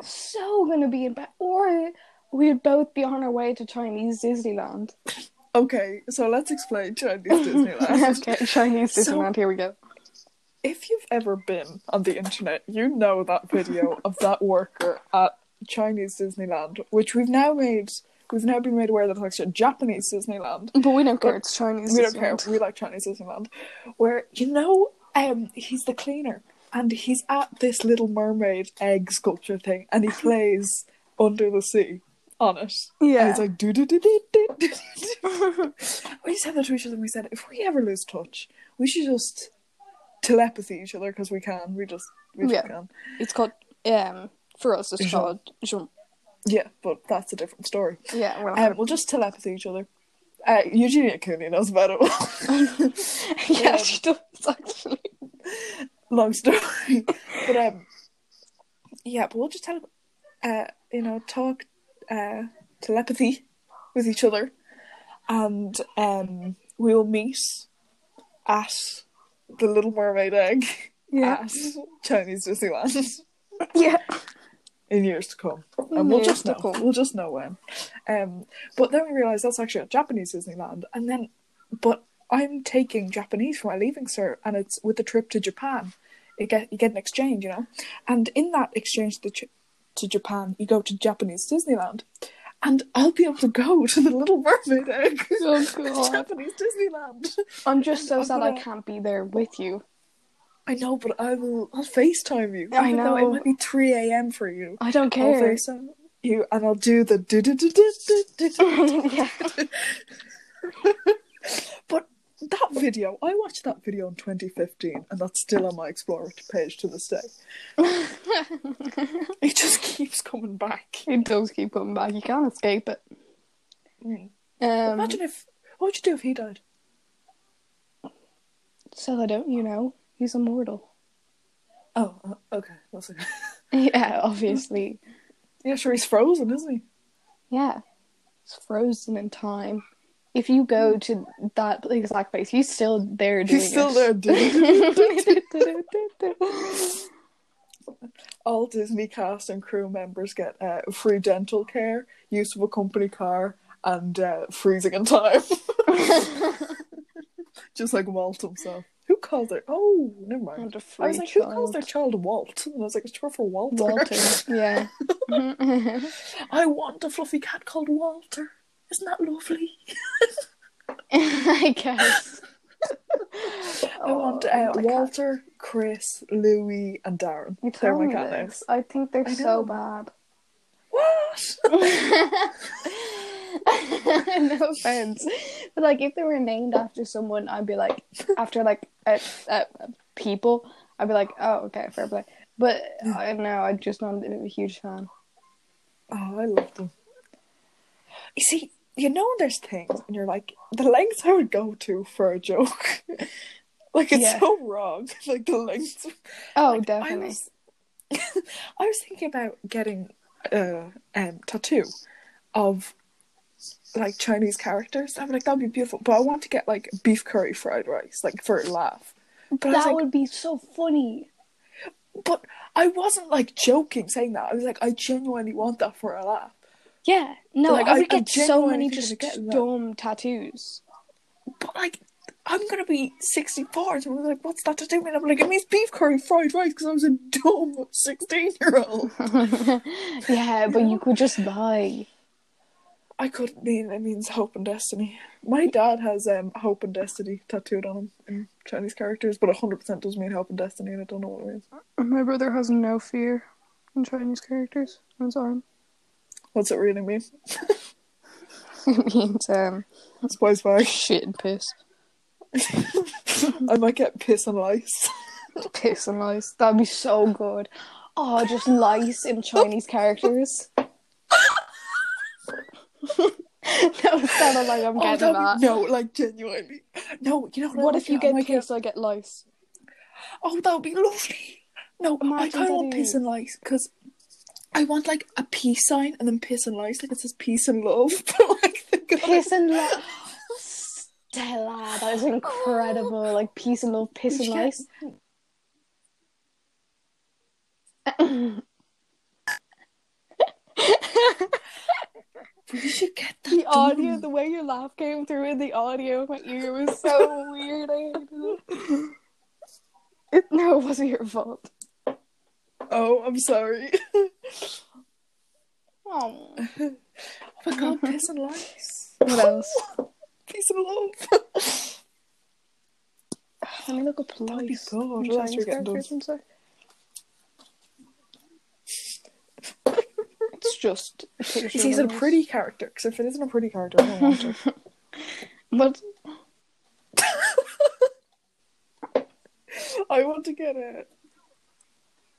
Speaker 2: so gonna be in ba- or we'd both be on our way to Chinese Disneyland.
Speaker 1: Okay, so let's explain Chinese
Speaker 2: [laughs]
Speaker 1: Disneyland.
Speaker 2: okay, Chinese
Speaker 1: So-
Speaker 2: Disneyland. Here we go.
Speaker 1: if you've ever been on the internet, you know that video of that worker at Chinese Disneyland, which we've now made, we've now been made aware that it's actually Japanese Disneyland.
Speaker 2: But we don't care.
Speaker 1: But-
Speaker 2: It's Chinese.
Speaker 1: We don't care.
Speaker 2: Disneyland.
Speaker 1: We like Chinese Disneyland, where you know, um, he's the cleaner, and he's at this Little Mermaid egg sculpture thing, and he plays Under the Sea on it.
Speaker 2: Yeah.
Speaker 1: and it's like do do do do do. do,
Speaker 2: [laughs]
Speaker 1: do. We just had that to each other, and we said, if we ever lose touch, we should just telepathy each other because we can. We just we just
Speaker 2: Yeah.
Speaker 1: can.
Speaker 2: It's called um for us it's
Speaker 1: Jean.
Speaker 2: called Jean.
Speaker 1: Yeah, but that's a different story.
Speaker 2: Yeah, well
Speaker 1: Um, we'll just telepathy each other. Uh, Eugenia Cooney knows about it. [laughs]
Speaker 2: yeah, she does actually.
Speaker 1: long story. but um, yeah, but we'll just tell, uh, you know, talk uh, telepathy with each other, and um, we will meet at the Little Mermaid egg [laughs]
Speaker 2: Yeah.
Speaker 1: at Chinese Disneyland [laughs]
Speaker 2: Uh, Yeah.
Speaker 1: in years to come,
Speaker 2: In
Speaker 1: and we'll
Speaker 2: years
Speaker 1: just
Speaker 2: to
Speaker 1: know.
Speaker 2: come.
Speaker 1: We'll just know when. Um, but then we realised that's actually at Japanese Disneyland, and then, but I'm taking Japanese for my leaving cert, and it's with the trip to Japan. You get you get an exchange, you know, and in that exchange to, Ch- to Japan, you go to Japanese Disneyland, and I'll be able to go [laughs] to the Little Mermaid egg.
Speaker 2: [laughs] Oh, God. Oh,
Speaker 1: Japanese Disneyland. [laughs]
Speaker 2: I'm just so
Speaker 1: I'm
Speaker 2: sad I
Speaker 1: gonna-
Speaker 2: can't be there with you.
Speaker 1: I know, but I will. I'll FaceTime you.
Speaker 2: I
Speaker 1: even though It
Speaker 2: know.
Speaker 1: might be three a.m. for you.
Speaker 2: I don't
Speaker 1: I'll
Speaker 2: care. [laughs]
Speaker 1: FaceTime you, and I'll do the do do do do do [laughs] do.
Speaker 2: yeah.
Speaker 1: But that video, I watched that video in 2015, and that's still on my Explorer page to this day. It just keeps coming back.
Speaker 2: It does keep coming back. You can't escape it. Um
Speaker 1: Hmm. Imagine if. What would you do if he died?
Speaker 2: so I don't you know, he's immortal.
Speaker 1: Oh, uh, okay. That's okay.
Speaker 2: [laughs] Yeah, [laughs] obviously.
Speaker 1: [laughs] Yeah, sure, he's frozen, isn't he?
Speaker 2: Yeah. It's frozen in time. If you go to that exact place, he's still there doing
Speaker 1: He's still
Speaker 2: it. [laughs]
Speaker 1: there. Disney. [laughs] All Disney cast and crew members get uh, free dental care, use of a company car, and uh, freezing in time. [laughs] Just like Walt himself. Who calls their? Oh, never mind.
Speaker 2: And a
Speaker 1: I was
Speaker 2: free
Speaker 1: like, who calls their
Speaker 2: child.
Speaker 1: child Walt? And I was like, it's short for Walter.
Speaker 2: Walter? Yeah.
Speaker 1: [laughs]
Speaker 2: Mm-hmm.
Speaker 1: I want a fluffy cat called Walter. Isn't that lovely?
Speaker 2: [laughs] I guess.
Speaker 1: I want
Speaker 2: Oh,
Speaker 1: uh,
Speaker 2: my God.
Speaker 1: Walter, Chris, Louis, and Darren.
Speaker 2: You
Speaker 1: They're
Speaker 2: told
Speaker 1: my
Speaker 2: me
Speaker 1: cat
Speaker 2: this.
Speaker 1: names.
Speaker 2: I think they're
Speaker 1: I know.
Speaker 2: so bad. [laughs]
Speaker 1: What? [laughs]
Speaker 2: no offense, but like if they were named after someone, I'd be like, after like uh, uh, people, I'd be like, oh okay, fair play. But
Speaker 1: Hmm.
Speaker 2: I don't know. I'm just not a huge fan.
Speaker 1: oh, I love them. You see, you know there's things, and you're like, the lengths I would go to for a joke. [laughs] like, it's
Speaker 2: Yeah.
Speaker 1: so wrong. [laughs] like, the lengths
Speaker 2: Oh,
Speaker 1: Like, I
Speaker 2: definitely.
Speaker 1: was, [laughs] I was thinking about getting a um, tattoo of like Chinese characters. I'm like, that'd be beautiful. But I want to get like beef curry fried rice, like for a laugh. But I was
Speaker 2: That
Speaker 1: like,
Speaker 2: would be so funny.
Speaker 1: but I wasn't like joking saying that. I was like, I genuinely want that for a laugh.
Speaker 2: Yeah, no,
Speaker 1: Like,
Speaker 2: I would
Speaker 1: I- I
Speaker 2: get so
Speaker 1: genuinely
Speaker 2: many
Speaker 1: think I
Speaker 2: just
Speaker 1: would get that.
Speaker 2: dumb tattoos.
Speaker 1: But like, I'm gonna be 64, and I'm like, what's that to do? And I'm like, it means beef curry fried rice because I was a [laughs] dumb 16 year old.
Speaker 2: [laughs] yeah, but you could just lie.
Speaker 1: I could mean it means hope and destiny. My dad has um hope and destiny tattooed on him in Chinese characters, but hundred percent does mean hope and destiny, and I don't know what it means.
Speaker 2: My brother has no fear in Chinese characters on his [laughs] arm.
Speaker 1: What's it really mean?
Speaker 2: it means um,
Speaker 1: Spice bag.
Speaker 2: shit and piss.
Speaker 1: [laughs] I might get piss and
Speaker 2: [laughs]
Speaker 1: lice.
Speaker 2: Piss and lice. That'd be so good. Oh, just lice in Chinese characters. [laughs] no, it sounded like I'm
Speaker 1: Oh,
Speaker 2: getting
Speaker 1: that,
Speaker 2: that.
Speaker 1: no, like genuinely. No, you know
Speaker 2: What if you
Speaker 1: I
Speaker 2: get
Speaker 1: might
Speaker 2: pissed, I get lice?
Speaker 1: Oh, that would be lovely. No, I
Speaker 2: Imagine
Speaker 1: kind of want
Speaker 2: getting-
Speaker 1: peace and light because I want like a peace sign and then peace and light, like it says peace and love. [laughs] But like the guy,
Speaker 2: Peace and love. Stella, that was incredible. Like peace and love, peace and
Speaker 1: Yeah.
Speaker 2: light.
Speaker 1: [laughs] we should get that.
Speaker 2: [laughs] The audio,
Speaker 1: done.
Speaker 2: the way your laugh came through in the audio, my ear was [laughs] so weird. I hated it. it. No, it wasn't your fault.
Speaker 1: Oh, I'm
Speaker 2: [laughs]
Speaker 1: sorry.
Speaker 2: Oh,
Speaker 1: Oh my god, piss and lice.
Speaker 2: what else?
Speaker 1: Peace and love.
Speaker 2: [sighs] Let me look up lice.
Speaker 1: be good,
Speaker 2: I'm
Speaker 1: what
Speaker 2: trying
Speaker 1: else
Speaker 2: to
Speaker 1: we getting
Speaker 2: start
Speaker 1: done?
Speaker 2: Christmas, sorry. [laughs] It's just. a picture
Speaker 1: He's
Speaker 2: of
Speaker 1: a
Speaker 2: lice. [laughs]
Speaker 1: pretty character, because if it isn't a pretty character, I don't want it.
Speaker 2: What?
Speaker 1: [laughs] I want to get a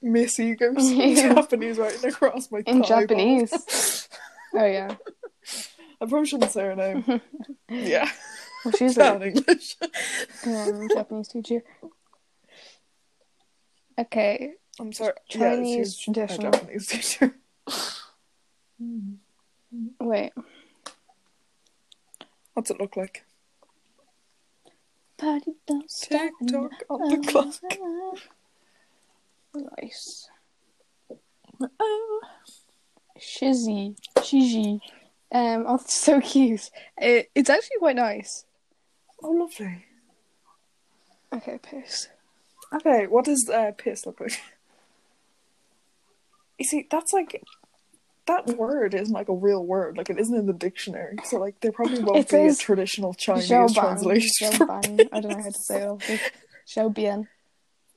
Speaker 1: Miss Egos in
Speaker 2: [laughs] Yeah.
Speaker 1: Japanese writing across my
Speaker 2: In
Speaker 1: thigh
Speaker 2: Japanese.
Speaker 1: bone.
Speaker 2: Oh yeah.
Speaker 1: [laughs] I probably shouldn't say her
Speaker 2: [laughs]
Speaker 1: name. yeah,
Speaker 2: Well, she's a
Speaker 1: not English.
Speaker 2: um, Japanese teacher. Okay.
Speaker 1: [laughs] I'm sorry.
Speaker 2: Chinese
Speaker 1: yeah, she's
Speaker 2: traditional.
Speaker 1: A Japanese teacher. [laughs]
Speaker 2: Wait.
Speaker 1: What's it look like?
Speaker 2: Party don't
Speaker 1: Tick
Speaker 2: stop
Speaker 1: tock on the clock.
Speaker 2: Nice. Oh. Shizzy. Shizzy. Um, oh, that's so cute. It, it's actually quite nice.
Speaker 1: Oh, lovely.
Speaker 2: Okay, piss.
Speaker 1: Okay, what does uh, piss look like? You see, that's like that word isn't like a real word. Like it isn't in the dictionary. So like there probably won't
Speaker 2: It
Speaker 1: be a
Speaker 2: says
Speaker 1: traditional Chinese
Speaker 2: Xiaoban.
Speaker 1: translation. for-
Speaker 2: Xiaoban. I don't know how to say it. obviously. Xiaobian.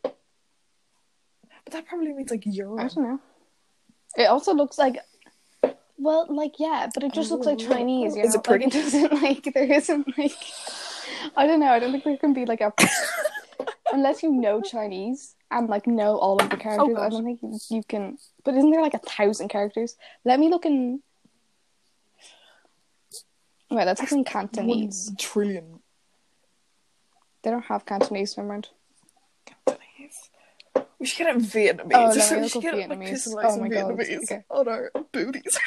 Speaker 1: But that probably means like
Speaker 2: I
Speaker 1: urine.
Speaker 2: don't know. It also looks like, well, like yeah, but it just looks like
Speaker 1: Ooh.
Speaker 2: Chinese. You
Speaker 1: Is
Speaker 2: know?
Speaker 1: it pretty?
Speaker 2: Like, it doesn't [laughs] like there isn't like, I don't know. I don't think there can be like a, unless you know Chinese and like know all of the characters. I
Speaker 1: God.
Speaker 2: don't think you, you can. But isn't there like a thousand characters? Let me look in. Wait, that's in
Speaker 1: One
Speaker 2: Cantonese.
Speaker 1: trillion.
Speaker 2: They don't have Cantonese, never mind.
Speaker 1: Cantonese. We should get it in Vietnamese.
Speaker 2: Oh, no,
Speaker 1: [laughs] we
Speaker 2: I'll
Speaker 1: should
Speaker 2: go
Speaker 1: get it like
Speaker 2: Vietnamese.
Speaker 1: piss and
Speaker 2: Oh
Speaker 1: lice in
Speaker 2: my God,
Speaker 1: Vietnamese
Speaker 2: okay.
Speaker 1: on our booties.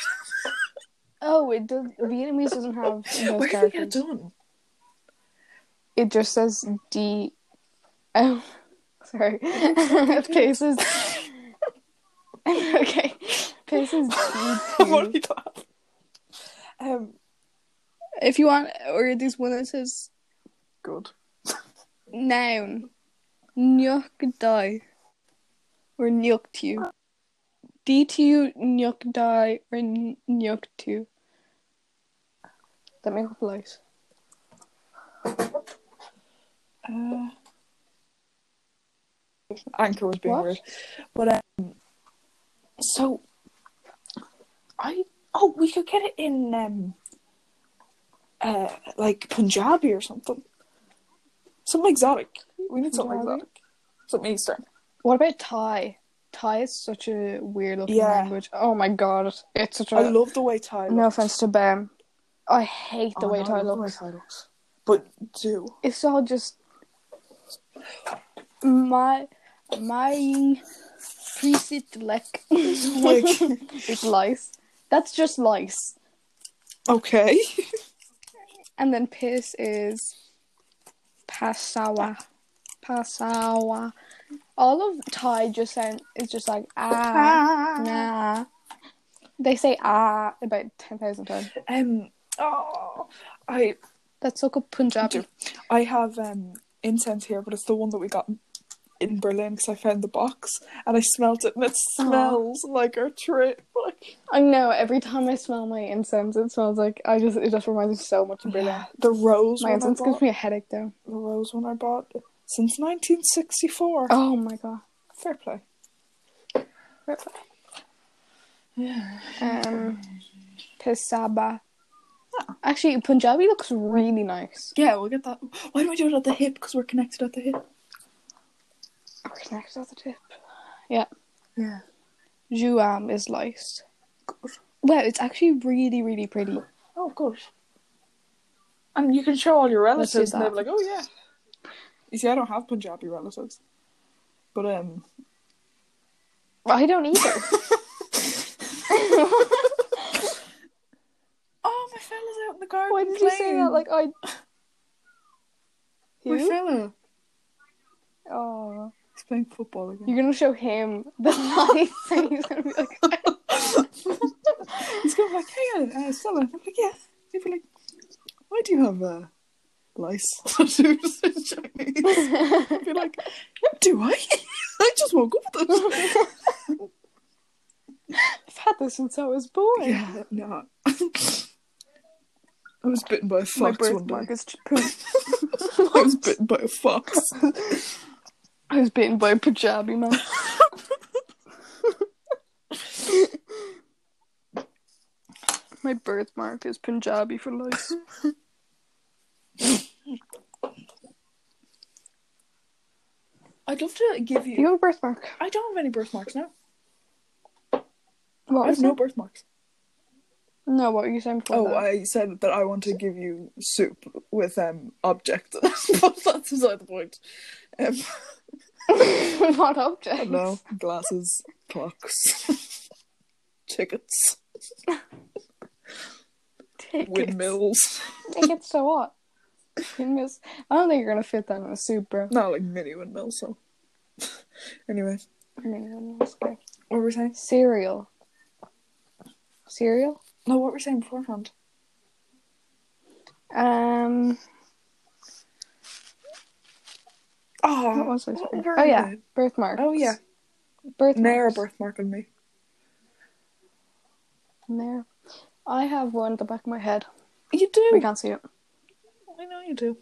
Speaker 2: Oh, it does. Vietnamese doesn't have [laughs]
Speaker 1: Where did [laughs]
Speaker 2: those
Speaker 1: we get it
Speaker 2: characters.
Speaker 1: done? [laughs]
Speaker 2: It just says D. Oh, [laughs] sorry. okay, it says. [laughs] okay, it says
Speaker 1: what
Speaker 2: D.
Speaker 1: did that? Um,
Speaker 2: [laughs] if you want, or there's one that says
Speaker 1: good.
Speaker 2: noun, nyokdai, or nyoktu. D2 nyokdai or nyoktu. That makes up light.
Speaker 1: Uh, anchor was being
Speaker 2: What?
Speaker 1: weird, but um, so I oh we could get it in um uh like Punjabi or something, something exotic. We need something
Speaker 2: Punjabi?
Speaker 1: exotic, something Eastern.
Speaker 2: What about Thai? Thai is such a weird looking
Speaker 1: Yeah.
Speaker 2: language. Oh my god, it's such a.
Speaker 1: I love the way Thai.
Speaker 2: No
Speaker 1: looks.
Speaker 2: offense to Bam. I hate the
Speaker 1: Oh,
Speaker 2: way
Speaker 1: no,
Speaker 2: Ty
Speaker 1: I love the way
Speaker 2: looks.
Speaker 1: Thai looks, but do [laughs]
Speaker 2: It's all just my my preset [laughs] lick. [laughs]
Speaker 1: like
Speaker 2: it's lice. That's just lice.
Speaker 1: okay.
Speaker 2: And then piss is pasawa. Pasawa. All of Thai just sound is just like ah nah. They say ah about ten thousand times.
Speaker 1: Um. Oh, I
Speaker 2: That's so called Punjabi.
Speaker 1: I have um incense here, but it's the one that we got in Berlin because I found the box and I smelt it and it smells like our trip. Like
Speaker 2: I know. Every time I smell my incense, it smells like I just it just reminds me so much of Berlin.
Speaker 1: yeah, the rose
Speaker 2: My
Speaker 1: one I
Speaker 2: incense gives
Speaker 1: bought,
Speaker 2: me a headache though.
Speaker 1: the rose one I bought since 1964.
Speaker 2: Oh my god.
Speaker 1: Fair play.
Speaker 2: Um, Pisaba. Oh. Actually, Punjabi looks really nice.
Speaker 1: Yeah, we'll get that. Why do I do it at the hip? Because we're connected at the hip.
Speaker 2: I'm connected at the tip.
Speaker 1: Yeah.
Speaker 2: Juam is lice. Well, it's actually really, really pretty.
Speaker 1: Oh, good. And you can show all your
Speaker 2: Let's do
Speaker 1: relatives, and they'll be
Speaker 2: that.
Speaker 1: like, "Oh yeah." You see, I don't have Punjabi relatives, but um,
Speaker 2: I don't either.
Speaker 1: Oh, my fella's out in the garden.
Speaker 2: [laughs] Why did you say that?
Speaker 1: playing.
Speaker 2: Like I.
Speaker 1: my
Speaker 2: Who?
Speaker 1: fella?
Speaker 2: Oh,
Speaker 1: He's playing football again.
Speaker 2: [laughs]
Speaker 1: [laughs]
Speaker 2: you're gonna show him the [laughs] lights, and he's gonna be like,
Speaker 1: He's going like, hey, Ellen, uh, Stella. I'm like, yeah. He'd be like, why do you have uh, lice? [laughs] I'd
Speaker 2: [laughs]
Speaker 1: be like, do I? [laughs] I just woke up with this.
Speaker 2: [laughs] "I've had this since I was born.
Speaker 1: Yeah, no. [laughs] I was bitten by a
Speaker 2: My
Speaker 1: fox one
Speaker 2: birthmark
Speaker 1: day.
Speaker 2: is ch-
Speaker 1: [laughs] I was bitten by a fox.
Speaker 2: [laughs] I was bitten by a Punjabi man. My birthmark is Punjabi
Speaker 1: [laughs]
Speaker 2: for life.
Speaker 1: I'd love to give
Speaker 2: Do you have a birthmark?
Speaker 1: I don't have any birthmarks now.
Speaker 2: What
Speaker 1: I have
Speaker 2: was
Speaker 1: no
Speaker 2: it?
Speaker 1: birthmarks.
Speaker 2: No, what were you saying before?
Speaker 1: Oh,
Speaker 2: that?
Speaker 1: I said that I want to give you soup with um object. [laughs] but that's beside the point. Um,
Speaker 2: [laughs] what object?
Speaker 1: no glasses, clocks, [laughs] tickets,
Speaker 2: Tickets.
Speaker 1: windmills.
Speaker 2: Tickets to what? Windmills. I don't think you're gonna fit that in a suit, bro.
Speaker 1: Not like mini windmills. So anyway,
Speaker 2: I mean, windmills, okay.
Speaker 1: what were we saying?
Speaker 2: Cereal. Cereal?
Speaker 1: No, what were we saying beforehand?
Speaker 2: Um.
Speaker 1: Oh,
Speaker 2: What was I
Speaker 1: what
Speaker 2: saying?
Speaker 1: were
Speaker 2: Oh
Speaker 1: we
Speaker 2: yeah,
Speaker 1: doing?
Speaker 2: birthmark.
Speaker 1: Oh, yeah.
Speaker 2: birthmark.
Speaker 1: Nair birthmark on me.
Speaker 2: There. I have one at the back of my head.
Speaker 1: You do.
Speaker 2: We can't see it.
Speaker 1: I know you do.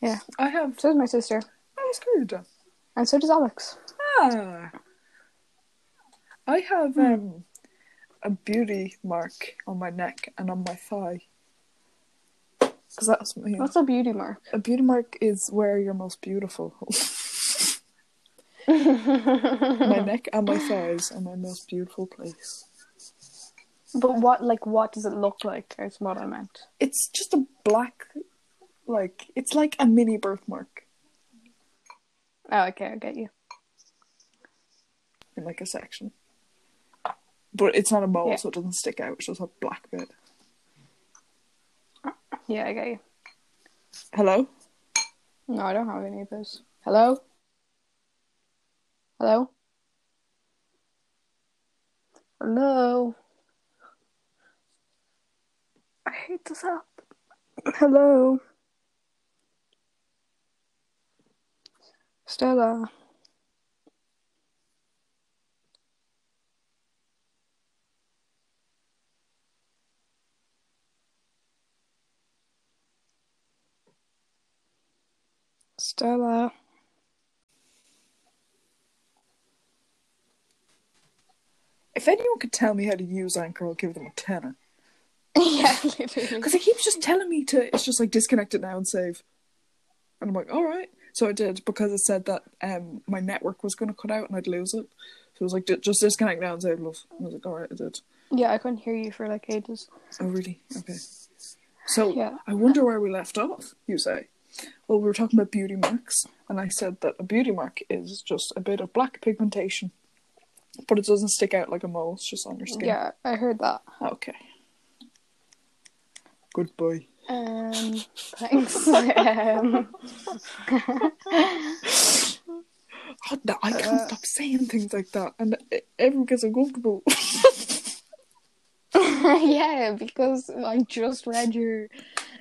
Speaker 2: Yeah.
Speaker 1: I have.
Speaker 2: So does my sister.
Speaker 1: I was screwed. Down.
Speaker 2: And so does Alex.
Speaker 1: Ah. I have um a beauty mark on my neck and on my thigh. Because that's you know,
Speaker 2: What's a beauty mark?
Speaker 1: a beauty mark is where you're most beautiful. [laughs] my neck and my thighs are my most beautiful place.
Speaker 2: But what, like, what does it look like? Is what I meant.
Speaker 1: It's just a black, like it's like a mini birthmark
Speaker 2: Oh, okay, I get you.
Speaker 1: in like a section, but it's not a mole,
Speaker 2: Yeah.
Speaker 1: so it doesn't stick out. It's just a black bit.
Speaker 2: Yeah, I get you.
Speaker 1: Hello.
Speaker 2: No, I don't have any of those. Hello? Hello? Hello? I hate this app. Hello? Stella? Stella? [laughs]
Speaker 1: If anyone could tell me how to use Anchor, I'll give them a tenner.
Speaker 2: yeah, literally.
Speaker 1: Because he keeps just telling me to, it's just like disconnect it now and save. And I'm like, all right. So I did because it said that um, my network was going to cut out and I'd lose it. So it was like, "Ju- just disconnect now and save, love. And I was like, all right, I did.
Speaker 2: Yeah, I couldn't hear you for like ages.
Speaker 1: Oh, really? Okay. So
Speaker 2: Yeah.
Speaker 1: I wonder where we left off, you say. Well, we were talking about beauty marks, and I said that a beauty mark is just a bit of black pigmentation, but it doesn't stick out like a mole, it's just on your skin.
Speaker 2: Yeah, I heard that.
Speaker 1: Okay. Good boy.
Speaker 2: [laughs] Um, thanks. um, [laughs]
Speaker 1: God, no, I can't stop saying things like that, and e- everyone gets uncomfortable.
Speaker 2: yeah, because I just read your.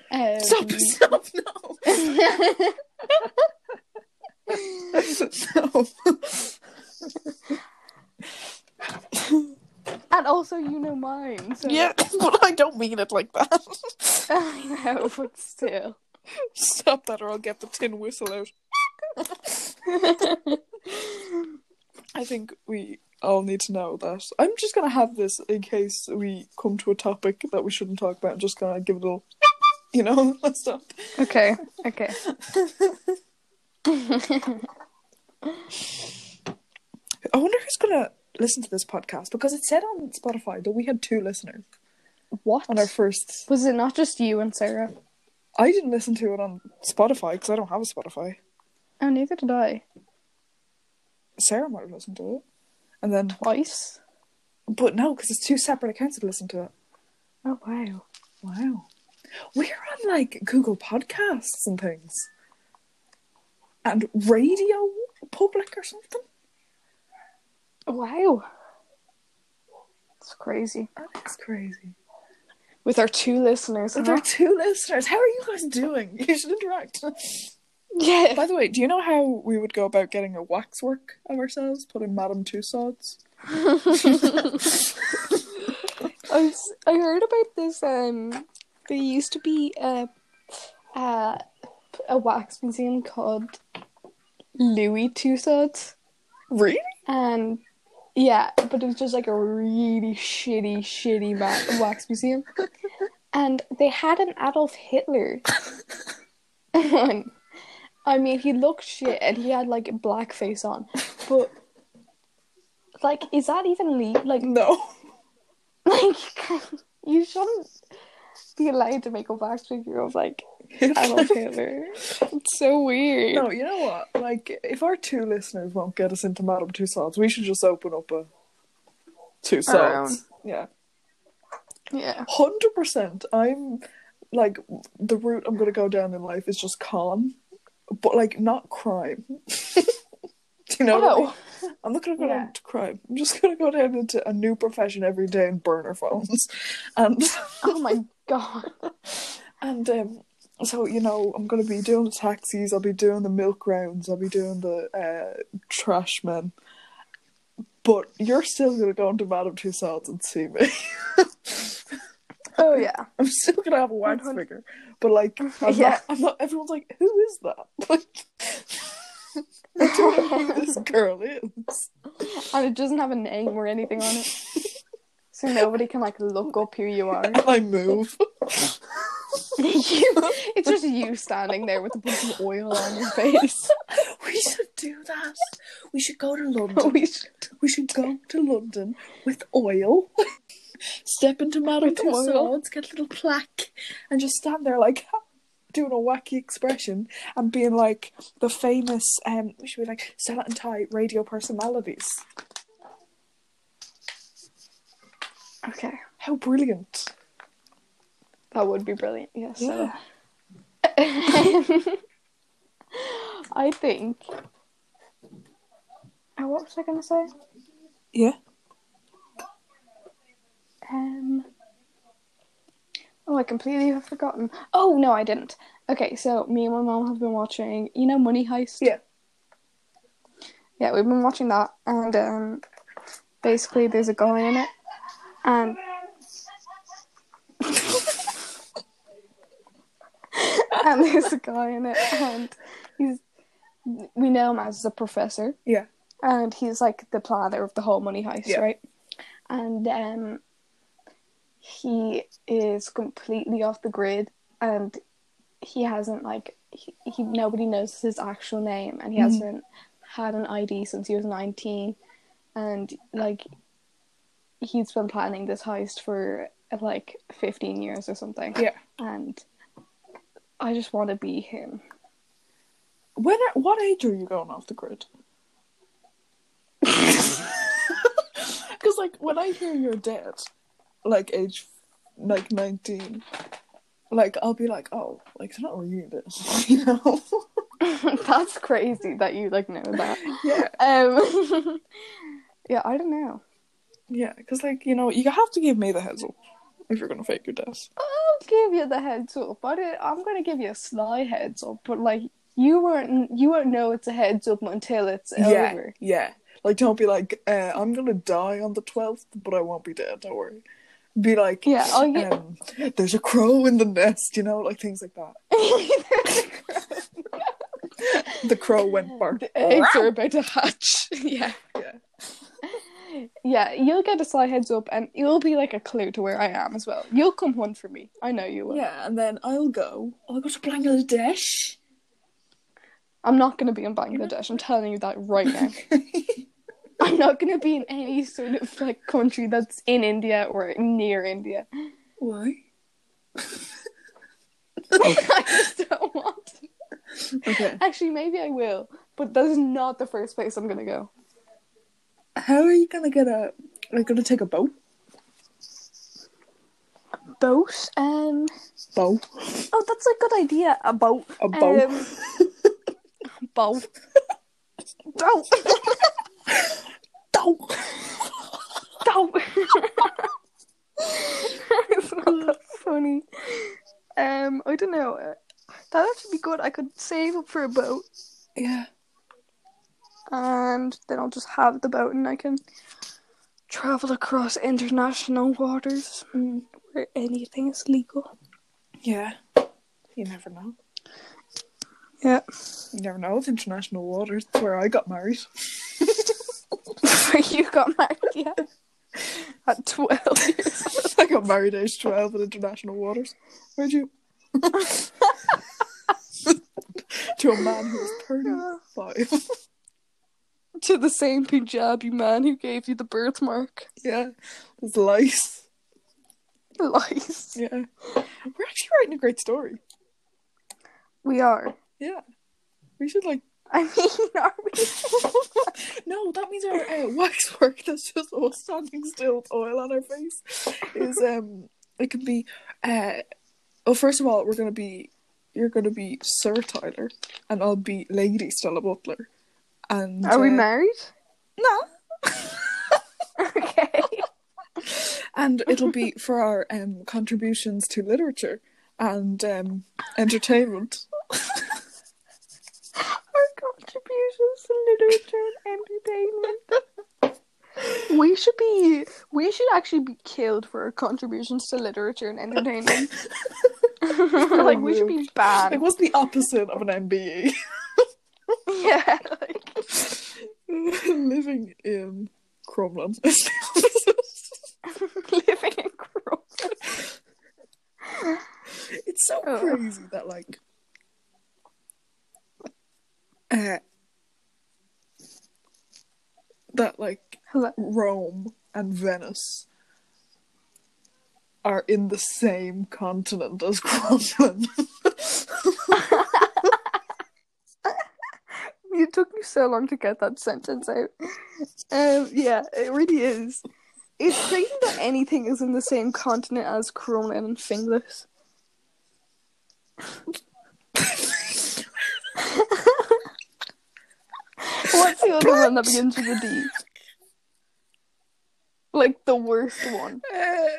Speaker 2: Um, [laughs]
Speaker 1: stop, stop, no. no.
Speaker 2: And also, you know mine. So.
Speaker 1: Yeah, but I don't mean it like that. [laughs]
Speaker 2: [laughs] I know, but [laughs] still.
Speaker 1: Stop that, or I'll get the tin whistle out. I think we all need to know that. I'm just gonna have this in case we come to a topic that we shouldn't talk about. I'm just gonna give it all, you know, [laughs] and stuff.
Speaker 2: Okay, okay.
Speaker 1: I wonder who's gonna listen to this podcast because it said on Spotify that we had two listeners
Speaker 2: What?
Speaker 1: on our first.
Speaker 2: Was it not just you and Sarah?
Speaker 1: I didn't listen to it on Spotify because I don't have a Spotify.
Speaker 2: Oh, neither did I.
Speaker 1: Sarah might have listened to it, and and then
Speaker 2: twice.
Speaker 1: but no, because it's two separate accounts that listen to it.
Speaker 2: Oh wow.
Speaker 1: Wow, we're on like Google Podcasts and things, and Radio Public or something.
Speaker 2: Wow. It's crazy.
Speaker 1: That is crazy.
Speaker 2: With our two listeners.
Speaker 1: So
Speaker 2: huh?
Speaker 1: there are two listeners. How are you guys doing? [laughs] You should interact.
Speaker 2: Yeah.
Speaker 1: By the way, do you know how we would go about getting a waxwork of ourselves? Put in Madame Tussauds.
Speaker 2: I, was, I heard about this. Um, there used to be a, a, a wax museum called Louis Tussauds,
Speaker 1: Really?
Speaker 2: and yeah, but it was just like a really shitty, shitty ma- wax museum, and they had an Adolf Hitler. [laughs] on. I mean, he looked shit, and he had like blackface on, but like, is that even legal? Like,
Speaker 1: No.
Speaker 2: [laughs] like you shouldn't be allowed to make a wax figure of like Adolf Hitler. It's so weird.
Speaker 1: No, you know what? Like, if our two listeners won't get us into Madame Tussauds, we should just open up a Tussauds. Yeah,
Speaker 2: Yeah.
Speaker 1: hundred percent. I'm like the route I'm gonna go down in life is just con, but like not crime. [laughs] Do you know? what I mean?
Speaker 2: Oh,
Speaker 1: I'm not gonna go
Speaker 2: Yeah.
Speaker 1: down to crime. I'm just gonna go down into a new profession every day and burn our phones, and
Speaker 2: oh my god.
Speaker 1: and um. So you know, I'm gonna be doing the taxis. I'll be doing the milk rounds. I'll be doing the uh, trash men. But you're still gonna go into Madame Tussauds and see me. [laughs]
Speaker 2: Oh yeah.
Speaker 1: I'm still gonna have a wax
Speaker 2: 100.
Speaker 1: figure, but [laughs] like, I'm
Speaker 2: Yeah.
Speaker 1: not. I'm not. Everyone's like, "Who is that?" [laughs] Like, I don't know [laughs] who this girl is.
Speaker 2: And it doesn't have a name or anything on it. So nobody can like look up who you are.
Speaker 1: And I move.
Speaker 2: [laughs] you, it's just you standing there with a bunch of oil on
Speaker 1: [laughs]
Speaker 2: your face.
Speaker 1: We should do that. We should go to London.
Speaker 2: we should
Speaker 1: We should go to London with oil. [laughs] Step into Madame
Speaker 2: With oil.
Speaker 1: Tussauds, get a little plaque, and just stand there like [laughs] doing a wacky expression and being like the famous um we should be like Stella and Ty radio personalities.
Speaker 2: Okay.
Speaker 1: How brilliant.
Speaker 2: That would be brilliant. Yes.
Speaker 1: Yeah.
Speaker 2: [laughs] I think. Oh, what was I going to say?
Speaker 1: Yeah.
Speaker 2: Um. Oh, I completely have forgotten. Oh no, I didn't. Okay, so me and my mom have been watching. You know, Money Heist.
Speaker 1: Yeah.
Speaker 2: Yeah, we've been watching that, and um, basically there's a guy in it, and [laughs] and there's a guy in it, and he's we know him as a professor.
Speaker 1: Yeah.
Speaker 2: and he's like the planner of the whole money heist,
Speaker 1: Yeah.
Speaker 2: right? And um, he is completely off the grid, and he hasn't like he, he nobody knows his actual name, and he
Speaker 1: Mhm.
Speaker 2: hasn't had an ID since he was nineteen, and like he's been planning this heist for like fifteen years or something,
Speaker 1: Yeah.
Speaker 2: and I just want to be him. [laughs]
Speaker 1: When are, what age are you going off the
Speaker 2: [laughs]
Speaker 1: grid? [laughs] Because like when I hear you're dead, like age like nineteen, like I'll be like, oh, like it's not really this, [laughs] you know?
Speaker 2: That's crazy that you like know that.
Speaker 1: yeah,
Speaker 2: Um, [laughs] yeah, I don't know.
Speaker 1: yeah. Because like you know, you have to give me the heads up if you're gonna fake your death.
Speaker 2: I'll give you the heads up. I don't, I'm gonna give you a sly heads up, but like you won't you won't know it's a heads up until it's
Speaker 1: yeah, [laughs]
Speaker 2: over.
Speaker 1: yeah. Like don't be like, uh, I'm gonna die on the twelfth, but I won't be dead. Don't worry. Be like,
Speaker 2: Yeah, I'll get-
Speaker 1: um, there's a crow in the nest, you know, like things like that. The crow [laughs] went bark.
Speaker 2: the eggs are about to hatch. yeah,
Speaker 1: Yeah.
Speaker 2: yeah. You'll get a sly heads up, and it'll be like a clue to where I am as well. You'll come hunt for me. I know you will.
Speaker 1: Yeah, and then I'll go. I'll go to Bangladesh.
Speaker 2: I'm not gonna be in Bangladesh. I'm telling you that right now. [laughs] I'm not gonna be in any sort of like country that's in India or near India.
Speaker 1: [laughs]
Speaker 2: [laughs]
Speaker 1: Why?
Speaker 2: I just don't want to.
Speaker 1: Okay.
Speaker 2: Actually, maybe I will, but that is not the first place I'm gonna go.
Speaker 1: How are you gonna get a? Are you gonna take a boat?
Speaker 2: Boat. Um.
Speaker 1: Bow?
Speaker 2: Oh, that's a good idea. A boat.
Speaker 1: A bow?
Speaker 2: Um, [laughs] boat. boat.
Speaker 1: Bow.
Speaker 2: [laughs] Boat. it's not that funny. Um, I don't know. That would actually be good. I could save up for a boat,
Speaker 1: Yeah.
Speaker 2: and then I'll just have the boat, and I can travel across international waters
Speaker 1: Mm.
Speaker 2: where anything is legal.
Speaker 1: Yeah. You never know.
Speaker 2: Yeah. [laughs]
Speaker 1: You never know. It's international waters. It's where I got married. [laughs]
Speaker 2: Where you got married, yeah. At 12 years
Speaker 1: I got married age twelve in international waters. Where'd [laughs] you? to a man who was thirty-five. [laughs]
Speaker 2: To the same Punjabi man who gave you the birthmark. [laughs]
Speaker 1: yeah. There's lice.
Speaker 2: Lies.
Speaker 1: Yeah. We're actually writing a great story.
Speaker 2: We are.
Speaker 1: Yeah. We should like
Speaker 2: I mean, are we? [laughs]
Speaker 1: No, that means our uh, waxwork that's just us standing still with oil on our face is um it can be uh well first of all we're gonna be you're gonna be Sir Tyler and I'll be Lady Stella Butler. And
Speaker 2: Are we
Speaker 1: uh,
Speaker 2: married? [laughs]
Speaker 1: No.
Speaker 2: Okay.
Speaker 1: And it'll be for our um contributions to literature and um entertainment.
Speaker 2: Our contributions to literature and entertainment. [laughs] We should be. We should actually be killed for our contributions to literature and [laughs] entertainment. like we should be
Speaker 1: Like
Speaker 2: banned.
Speaker 1: what's the opposite of an MBE?
Speaker 2: [laughs] Yeah. Like,
Speaker 1: [laughs] Living in Crumlin.
Speaker 2: [laughs] living in Crow.
Speaker 1: [laughs] It's so
Speaker 2: Oh.
Speaker 1: crazy that like uh, that like
Speaker 2: Hello.
Speaker 1: Rome and Venice are in the same continent as Crumlin.
Speaker 2: It took me so long to get that sentence out. Um, yeah, it really is. It's crazy that anything is in the same continent as Cronin and Finglas. What's the other one that begins with a D? Like the worst one. [laughs]
Speaker 1: uh, oh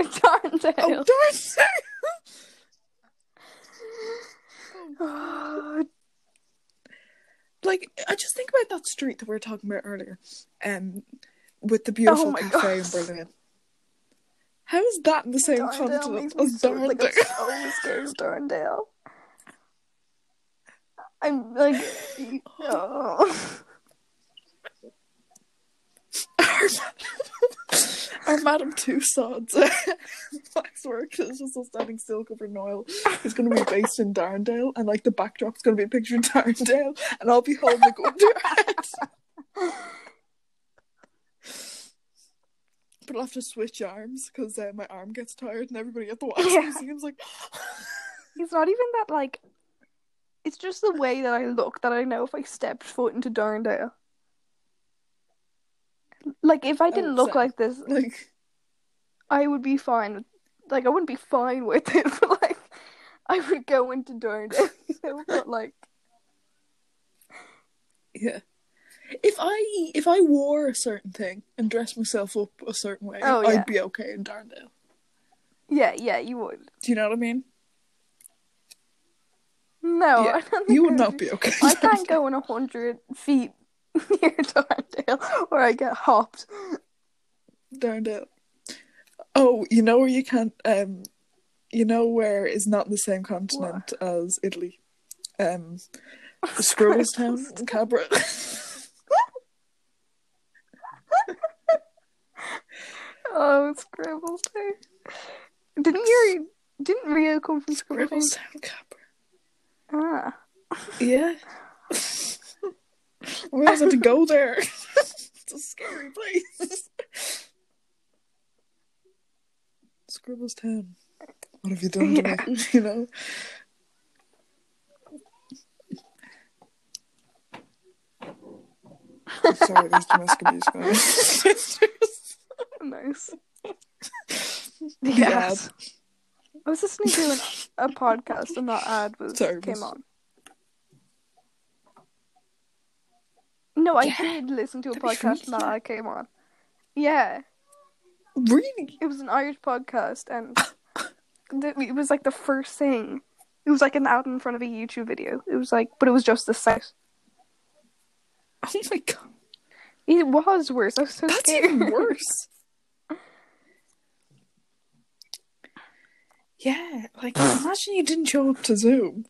Speaker 2: Darndale.
Speaker 1: darn!
Speaker 2: Oh,
Speaker 1: like I just think about that street that we were talking about earlier, um, with the beautiful
Speaker 2: Oh my
Speaker 1: cafe
Speaker 2: God.
Speaker 1: in Berlin. How is that in the same continent
Speaker 2: makes me
Speaker 1: as
Speaker 2: so, like,
Speaker 1: Darndale?
Speaker 2: I'm so
Speaker 1: [laughs]
Speaker 2: scared of Darndale. I'm like,
Speaker 1: [laughs]
Speaker 2: [laughs] oh.
Speaker 1: [laughs] Our Madame Tussauds [laughs] waxwork is just all standing still covered in oil. It's going to be based in Darndale, and like the backdrop's going to be a picture of Darndale, and I'll be holding it under your head. [laughs] But I'll have to switch arms because uh, my arm gets tired, and everybody at the wax
Speaker 2: Yeah.
Speaker 1: museum's like, [laughs]
Speaker 2: It's not even that like. It's just the way that I look that I know if I stepped foot into Darndale. Like if I didn't
Speaker 1: Oh,
Speaker 2: look
Speaker 1: so-
Speaker 2: like this,
Speaker 1: like.
Speaker 2: I would be fine. with- Like I wouldn't be fine with it, [laughs] but like I would go into Darndale. [laughs] You know? But like,
Speaker 1: Yeah. If I if I wore a certain thing and dressed myself up a certain way,
Speaker 2: Oh, yeah.
Speaker 1: I'd be okay in Darndale.
Speaker 2: yeah, yeah, you would.
Speaker 1: Do you know what I mean?
Speaker 2: No,
Speaker 1: Yeah.
Speaker 2: I don't think
Speaker 1: You would
Speaker 2: I
Speaker 1: not be okay. [laughs] in
Speaker 2: I can't
Speaker 1: Darndale.
Speaker 2: go in a hundred feet [laughs] near Darndale or I get hopped.
Speaker 1: Darndale. Oh, you know where you can't um you know where is not the same continent as Italy. Um Scribbles Town in Cabra. [laughs]
Speaker 2: Oh, it's Scribbles Town. Didn't you? Didn't Rio come from
Speaker 1: Scribbles
Speaker 2: Scribbles?
Speaker 1: Town Cabra.
Speaker 2: Ah,
Speaker 1: Yeah. [laughs] we always had to go [laughs] there. it's a scary place. Scribbles Town. What have you done to me? [laughs] You know? Sorry, there's domestic abuse going on. [laughs] Sisters.
Speaker 2: Nice.
Speaker 1: [laughs]
Speaker 2: yes. I was listening
Speaker 1: [laughs]
Speaker 2: to an, a podcast and that ad was
Speaker 1: Sorry,
Speaker 2: came
Speaker 1: miss.
Speaker 2: on. No, I
Speaker 1: Yeah.
Speaker 2: did listen to a
Speaker 1: That'd be
Speaker 2: podcast and that
Speaker 1: really-
Speaker 2: ad came on. Yeah,
Speaker 1: Really?
Speaker 2: it was an Irish podcast and the, it was like the first thing. It was like an ad in front of a YouTube video. It was like, but it was just the sex.
Speaker 1: Oh my god.
Speaker 2: It was worse. I was so
Speaker 1: That's
Speaker 2: scared.
Speaker 1: even worse. Yeah, like imagine you didn't show up to Zoom.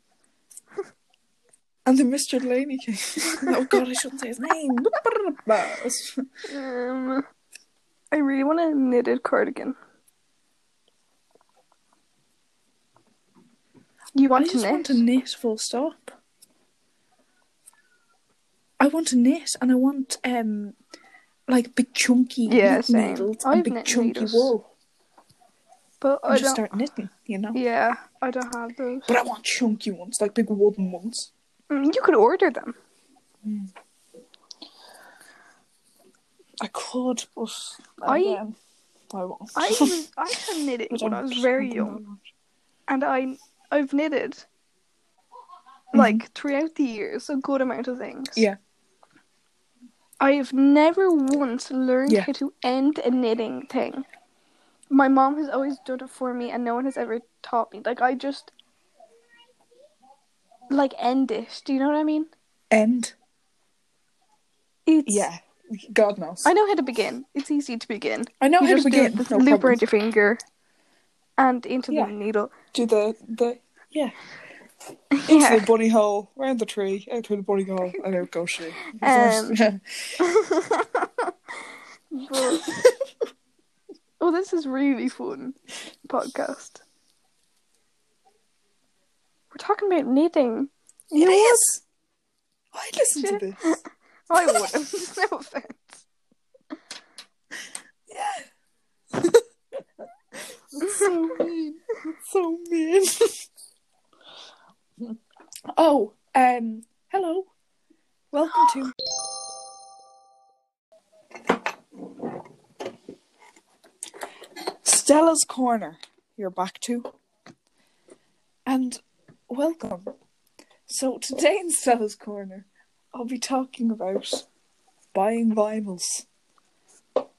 Speaker 1: And then Mr. Delaney came. [laughs] oh god, I shouldn't say his
Speaker 2: [laughs]
Speaker 1: name.
Speaker 2: Um, I really want a knitted cardigan. You
Speaker 1: I
Speaker 2: want to
Speaker 1: just
Speaker 2: knit?
Speaker 1: want to knit full stop. I want to knit and I want um like big chunky
Speaker 2: Yeah,
Speaker 1: knit
Speaker 2: same.
Speaker 1: needles
Speaker 2: I have
Speaker 1: and big
Speaker 2: knit
Speaker 1: chunky
Speaker 2: needles.
Speaker 1: wool.
Speaker 2: But
Speaker 1: And
Speaker 2: I
Speaker 1: just
Speaker 2: don't.
Speaker 1: start knitting, you know?
Speaker 2: Yeah, I don't have those.
Speaker 1: But I want chunky ones, like big wooden ones.
Speaker 2: Mm, You could order them.
Speaker 1: I could, but
Speaker 2: I-
Speaker 1: again, I won't.
Speaker 2: I
Speaker 1: [laughs]
Speaker 2: was, I had knitted
Speaker 1: But
Speaker 2: when I
Speaker 1: I'm
Speaker 2: was
Speaker 1: just
Speaker 2: very
Speaker 1: thinking
Speaker 2: young,
Speaker 1: that much.
Speaker 2: and I I've knitted like throughout the years a good amount of things.
Speaker 1: Mm-hmm. Yeah.
Speaker 2: I have never once learned
Speaker 1: Yeah.
Speaker 2: how to end a knitting thing. My mom has always done it for me, and no one has ever taught me. Like I just like end it. Do you know what I mean?
Speaker 1: End.
Speaker 2: It's,
Speaker 1: Yeah. God knows.
Speaker 2: I know how to begin. It's easy to begin.
Speaker 1: I know
Speaker 2: you
Speaker 1: how to
Speaker 2: just do
Speaker 1: begin.
Speaker 2: the
Speaker 1: No
Speaker 2: loop
Speaker 1: problem.
Speaker 2: around your finger and into
Speaker 1: Yeah.
Speaker 2: the needle.
Speaker 1: Do the the yeah. Into
Speaker 2: Yeah.
Speaker 1: the bunny hole, round the tree, out through the bunny hole, and out goes she.
Speaker 2: [laughs]
Speaker 1: [laughs]
Speaker 2: Um, [laughs] But... oh, this is really fun podcast. We're talking about knitting.
Speaker 1: it is. I listen to
Speaker 2: Shit.
Speaker 1: this.
Speaker 2: I wouldn't. [laughs] no offense.
Speaker 1: It's so mean. It's so mean. [laughs] oh, um, hello. Welcome to Stella's Corner. You're back to. And welcome. So today in Stella's Corner, I'll be talking about buying vinyls.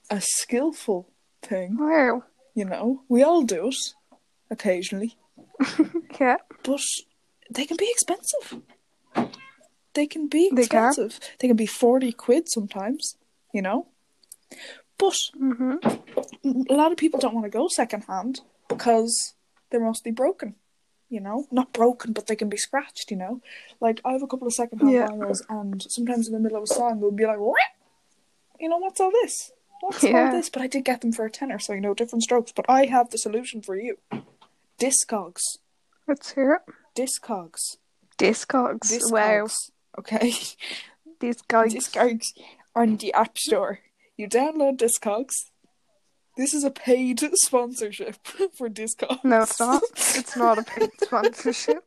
Speaker 1: A skillful thing
Speaker 2: Wow.
Speaker 1: you know, we all do it occasionally,
Speaker 2: Yeah.
Speaker 1: but they can be expensive. They can be
Speaker 2: They can.
Speaker 1: expensive. They can, be 40 quid sometimes, you know. But
Speaker 2: Mm-hmm.
Speaker 1: a lot of people don't want to go secondhand because they're mostly broken, you know. Not broken, but they can be scratched, you know. Like, I have a couple of secondhand
Speaker 2: Yeah.
Speaker 1: vinyls, and sometimes in the middle of a song, they'll be like, what? You know, what's all this? What's
Speaker 2: Yeah.
Speaker 1: all this? But I did get them for a tenner, so you know, different strokes. But I have the solution for you Discogs.
Speaker 2: Let's hear it.
Speaker 1: Discogs.
Speaker 2: Discogs.
Speaker 1: Discogs.
Speaker 2: Wow.
Speaker 1: Okay. [laughs]
Speaker 2: Discogs.
Speaker 1: Discogs on the App Store. You download Discogs. This is a paid [laughs] sponsorship for Discogs.
Speaker 2: no, it's not.
Speaker 1: [laughs]
Speaker 2: It's not a paid sponsorship.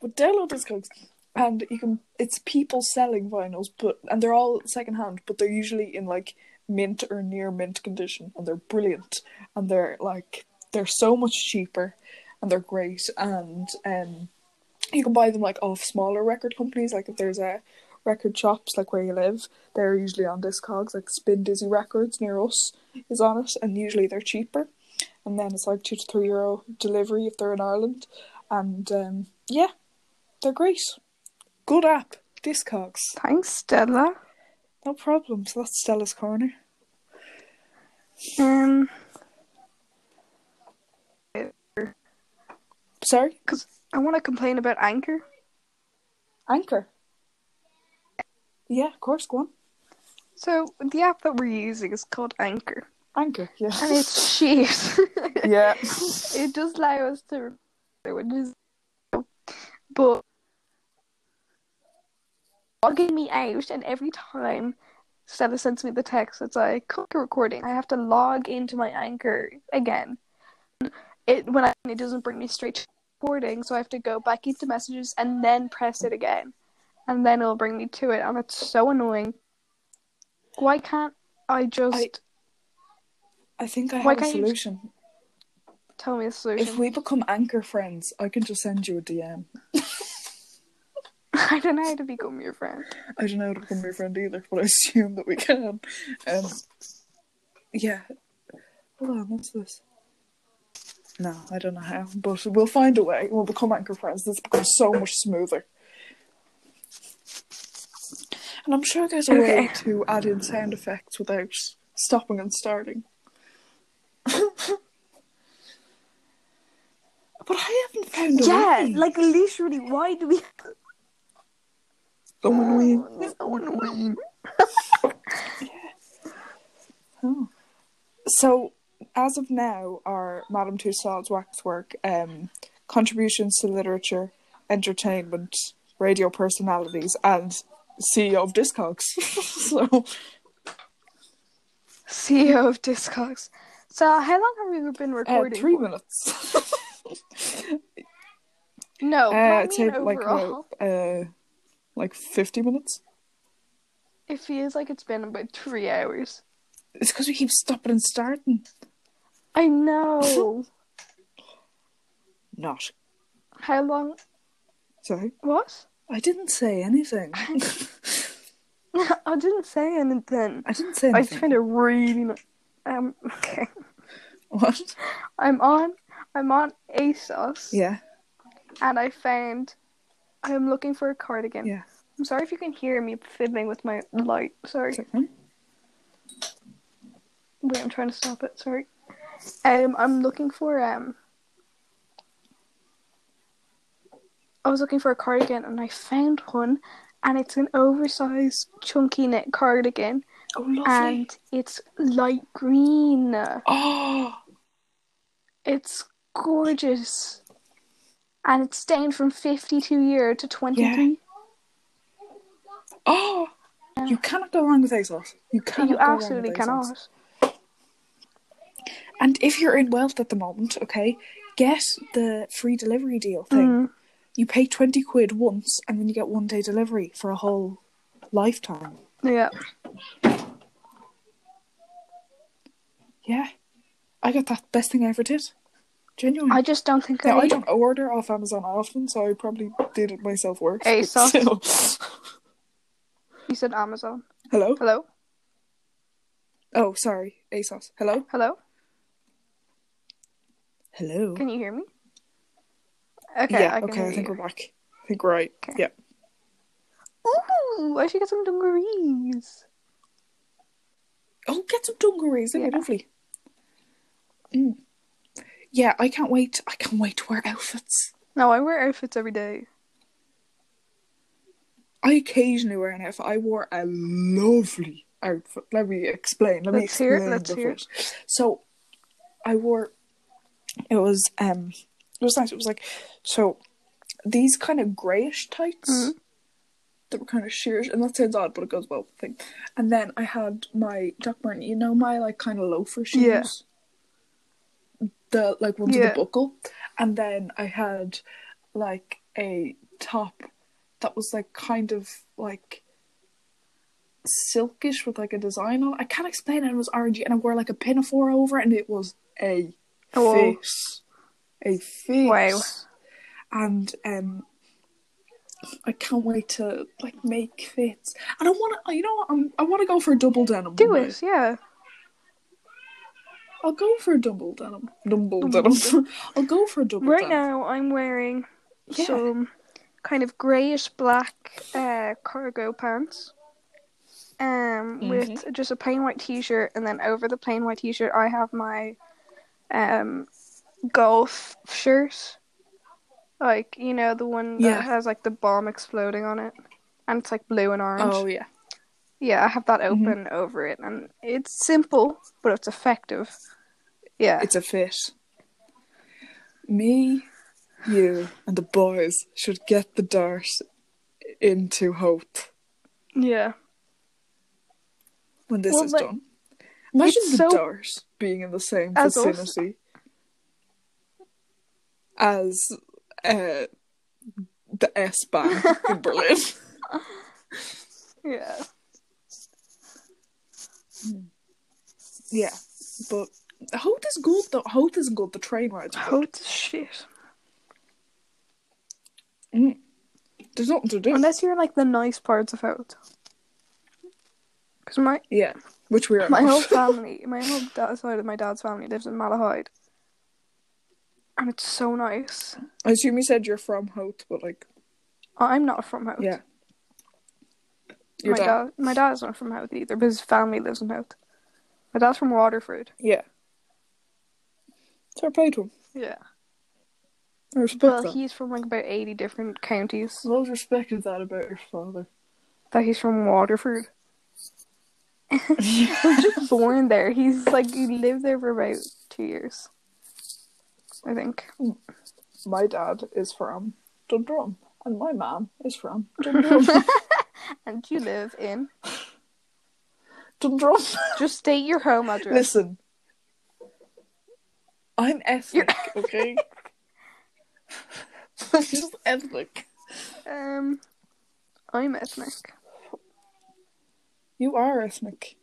Speaker 1: But download Discogs, and you can. It's people selling vinyls, but and they're all secondhand, but they're usually in like mint or near mint condition, and they're brilliant, and they're like they're so much cheaper, and they're great, and um, you can buy them like off smaller record companies. Like if there's a record shops like where you live, they're usually on Discogs. Like Spin Dizzy Records near us is on it, and usually they're cheaper. And then it's like two to three euro delivery if they're in Ireland, and um, yeah, they're great. Good app, Discogs.
Speaker 2: Thanks, Stella.
Speaker 1: No problem. So that's Stella's corner.
Speaker 2: Um,
Speaker 1: Sorry,
Speaker 2: because I want to complain about Anchor.
Speaker 1: Anchor. Yeah, of course. Go on,
Speaker 2: So the app that we're using is called Anchor,
Speaker 1: Anchor. [laughs] Yeah,
Speaker 2: and it's shit.
Speaker 1: yeah.
Speaker 2: [laughs] it does allow us to, which is, but logging me out, and every time Stella sends me the text, it's like click a recording. I have to log into my Anchor again. It when I, it doesn't bring me straight. to recording, so I have to go back into messages and then press it again, and then it'll bring me to it, and it's so annoying. Why can't I just
Speaker 1: I- I think I
Speaker 2: Why
Speaker 1: have a
Speaker 2: can't you-
Speaker 1: solution.
Speaker 2: tell me a solution?
Speaker 1: If we become anchor friends, I can just send you a DM.
Speaker 2: [laughs] I don't know how to become your friend.
Speaker 1: I don't know how to become your friend either, but I assume that we can. Um, yeah. Hold on, what's this? No, I don't know how, but we'll find a way. We'll become anchor friends. This becomes so much smoother. And I'm sure there's a way
Speaker 2: Okay.
Speaker 1: to add in sound effects without stopping and starting. [laughs] but I haven't found a
Speaker 2: Yeah,
Speaker 1: way.
Speaker 2: like literally, why do we?
Speaker 1: So annoying.
Speaker 2: so annoying.
Speaker 1: Oh. [laughs] So, as of now, are Madame Tussauds waxwork um, contributions to literature, entertainment, radio personalities, and CEO of Discogs. [laughs] so, uh, E
Speaker 2: CEO of Discogs. So how long have we been
Speaker 1: uh,
Speaker 2: recording?
Speaker 1: three
Speaker 2: for?
Speaker 1: [laughs] minutes.
Speaker 2: No,
Speaker 1: uh,
Speaker 2: not
Speaker 1: I'd
Speaker 2: me
Speaker 1: say
Speaker 2: and
Speaker 1: like
Speaker 2: overall.
Speaker 1: about, uh, like fifty minutes.
Speaker 2: It feels like it's been about three hours.
Speaker 1: It's because we keep stopping and starting.
Speaker 2: I know.
Speaker 1: Not
Speaker 2: [laughs] how long?
Speaker 1: sorry.
Speaker 2: What?
Speaker 1: I didn't say anything.
Speaker 2: [laughs]
Speaker 1: [laughs]
Speaker 2: I didn't say anything.
Speaker 1: I didn't say
Speaker 2: I
Speaker 1: anything.
Speaker 2: found it really. n- Um. [laughs] Okay.
Speaker 1: [laughs] What?
Speaker 2: I'm on. I'm on ASOS.
Speaker 1: Yeah.
Speaker 2: And I found. I'm looking for a cardigan.
Speaker 1: Yeah.
Speaker 2: I'm sorry if you can hear me fiddling with my light. Sorry.
Speaker 1: It's like, hmm?
Speaker 2: Wait, I'm trying to stop it. Sorry. Um, I'm looking for um. I was looking for a cardigan and I found one, and it's an oversized chunky knit cardigan,
Speaker 1: Oh, lovely.
Speaker 2: and it's light green.
Speaker 1: Oh.
Speaker 2: It's gorgeous, and it's stained from fifty-two year to twenty-three.
Speaker 1: Oh, you cannot go wrong with ASOS. You cannot.
Speaker 2: you
Speaker 1: go wrong
Speaker 2: absolutely
Speaker 1: with
Speaker 2: cannot.
Speaker 1: ASOS. And if you're in Wealth at the moment, okay, get the free delivery deal thing.
Speaker 2: Mm.
Speaker 1: You pay twenty quid once, and then you get one day delivery for a whole lifetime.
Speaker 2: Mm, Yeah.
Speaker 1: Yeah, I got that best thing I ever did. Genuinely.
Speaker 2: I just don't think
Speaker 1: now,
Speaker 2: I
Speaker 1: I
Speaker 2: need
Speaker 1: don't order off Amazon often, so I probably did it myself worse. but [laughs]
Speaker 2: ASOS.
Speaker 1: still.
Speaker 2: You said Amazon.
Speaker 1: Hello.
Speaker 2: Hello.
Speaker 1: Oh, sorry, ASOS. Hello.
Speaker 2: Hello.
Speaker 1: Hello.
Speaker 2: Can you hear me? Okay,
Speaker 1: yeah.
Speaker 2: I can
Speaker 1: okay.
Speaker 2: hear
Speaker 1: I think
Speaker 2: you.
Speaker 1: we're back. I think we're right.
Speaker 2: Okay.
Speaker 1: Yeah.
Speaker 2: Ooh, I should get some dungarees.
Speaker 1: Oh, get some dungarees. That'd be
Speaker 2: Yeah.
Speaker 1: lovely. Mm. Yeah, I can't wait. I can't wait to wear outfits.
Speaker 2: No, I wear outfits every day.
Speaker 1: I occasionally wear an outfit. I wore a lovely outfit. Let me explain. Let me
Speaker 2: Let's hear it,
Speaker 1: explain.
Speaker 2: let's
Speaker 1: the
Speaker 2: hear
Speaker 1: fit. So, I wore. It was um. It was nice. It was like so. These kind of greyish tights
Speaker 2: Mhm.
Speaker 1: that were kind of shears, and that sounds odd, but it goes well with the thing. And then I had my Doc Marten. You know my like kind of loafer shoes.
Speaker 2: Yeah.
Speaker 1: the like ones
Speaker 2: Yeah.
Speaker 1: with the buckle, and then I had like a top that was like kind of like silkish with like a design on. it. I can't explain it. It was orangey, and I wore like a pinafore over, it, and it was a
Speaker 2: Oh.
Speaker 1: face, a face.
Speaker 2: Wow.
Speaker 1: And um, I can't wait to like make fits. And I want to, you know, what? I'm, I want to go for a double denim.
Speaker 2: Do
Speaker 1: one day.
Speaker 2: it, yeah.
Speaker 1: I'll go for a double denim. Double
Speaker 2: Double
Speaker 1: denim. [laughs] I'll go for a double
Speaker 2: Right
Speaker 1: denim.
Speaker 2: now, I'm wearing
Speaker 1: Yeah.
Speaker 2: some kind of greyish black uh, cargo pants. Um, with
Speaker 1: Mm-hmm.
Speaker 2: just a plain white t-shirt, and then over the plain white t-shirt, I have my um golf shirt, like you know the one that
Speaker 1: Yeah.
Speaker 2: has like the bomb exploding on it, and it's like blue and orange.
Speaker 1: Oh yeah. Mm-hmm.
Speaker 2: Yeah, I have that open over it, and it's simple, but it's effective. Yeah,
Speaker 1: It's a fit. Me, you, and the boys should get the dart into Hope
Speaker 2: yeah.
Speaker 1: when this
Speaker 2: Well,
Speaker 1: is
Speaker 2: but
Speaker 1: done. Imagine
Speaker 2: it's
Speaker 1: the
Speaker 2: so-
Speaker 1: dart being in the same
Speaker 2: As us.
Speaker 1: vicinity as uh, the S Bahn
Speaker 2: [laughs]
Speaker 1: in Berlin.
Speaker 2: Yeah.
Speaker 1: Yeah, but Hoth is good though. Hoth is good. The train rides. are good.
Speaker 2: Hope to shit.
Speaker 1: There's nothing to do.
Speaker 2: Unless you're like the nice parts of Hope. Because my
Speaker 1: yeah, which we are.
Speaker 2: my
Speaker 1: not. [laughs]
Speaker 2: whole family, my whole dad side of my dad's family lives in Malahide, and it's so nice.
Speaker 1: I assume you said you're from Hoth, but like,
Speaker 2: I'm not from Hope.
Speaker 1: yeah. Your
Speaker 2: my
Speaker 1: dad.
Speaker 2: dad. my dad's not from Hope either, but his family lives in Hope. My dad's from Waterford.
Speaker 1: Yeah. So I played him.
Speaker 2: Yeah.
Speaker 1: I respect
Speaker 2: Well,
Speaker 1: that.
Speaker 2: he's from like about eighty different counties.
Speaker 1: I always respected that about your father.
Speaker 2: That he's from Waterford. He's just born there. He's like he lived there for about two years, I think.
Speaker 1: [laughs] my dad is from Dundrum, and my mom is [laughs] from Dundrum.
Speaker 2: And you live in?
Speaker 1: Dundrum.
Speaker 2: Just state your home address.
Speaker 1: Listen, I'm ethnic, [laughs] okay? I'm just ethnic.
Speaker 2: Um, I'm ethnic.
Speaker 1: You are ethnic.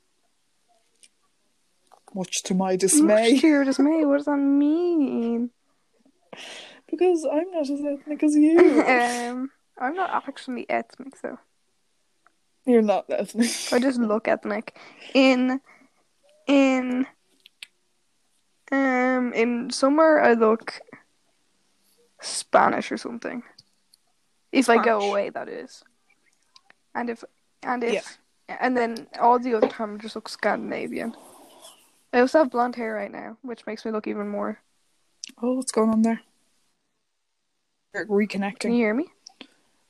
Speaker 1: Much to my
Speaker 2: Much
Speaker 1: dismay,
Speaker 2: to your dismay, what does that mean?
Speaker 1: because I'm not as ethnic as [laughs] you.
Speaker 2: [laughs] Um, I'm not actually ethnic though.
Speaker 1: You're not [laughs] ethnic.
Speaker 2: I just look ethnic. In, in, um, in summer I look Spanish or something. If I go
Speaker 1: Spanish.
Speaker 2: away, that is. And if, and if,
Speaker 1: Yeah.
Speaker 2: and then all the other time I just look Scandinavian. I also have blonde hair right now, which makes me look even more.
Speaker 1: Oh, what's going on there? We're reconnecting.
Speaker 2: Can you hear me?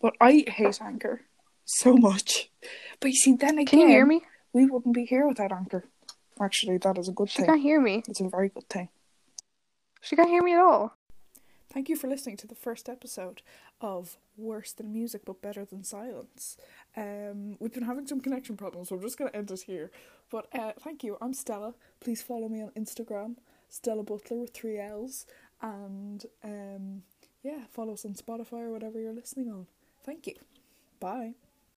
Speaker 1: But I hate Anchor so much. But you see, then again,
Speaker 2: Can you hear me?
Speaker 1: we wouldn't be here without Anchor. Actually, that is a good
Speaker 2: She
Speaker 1: thing.
Speaker 2: can't hear me.
Speaker 1: It's a very good thing.
Speaker 2: She can't hear me at all.
Speaker 1: Thank you for listening to the first episode of Worse Than Music But Better Than Silence. Um, we've been having some connection problems, so I'm just going to end it here. But uh, thank you. I'm Stella. Please follow me on Instagram, Stella Butler with three L's. And um, yeah, follow us on Spotify or whatever you're listening on. Thank you. Bye.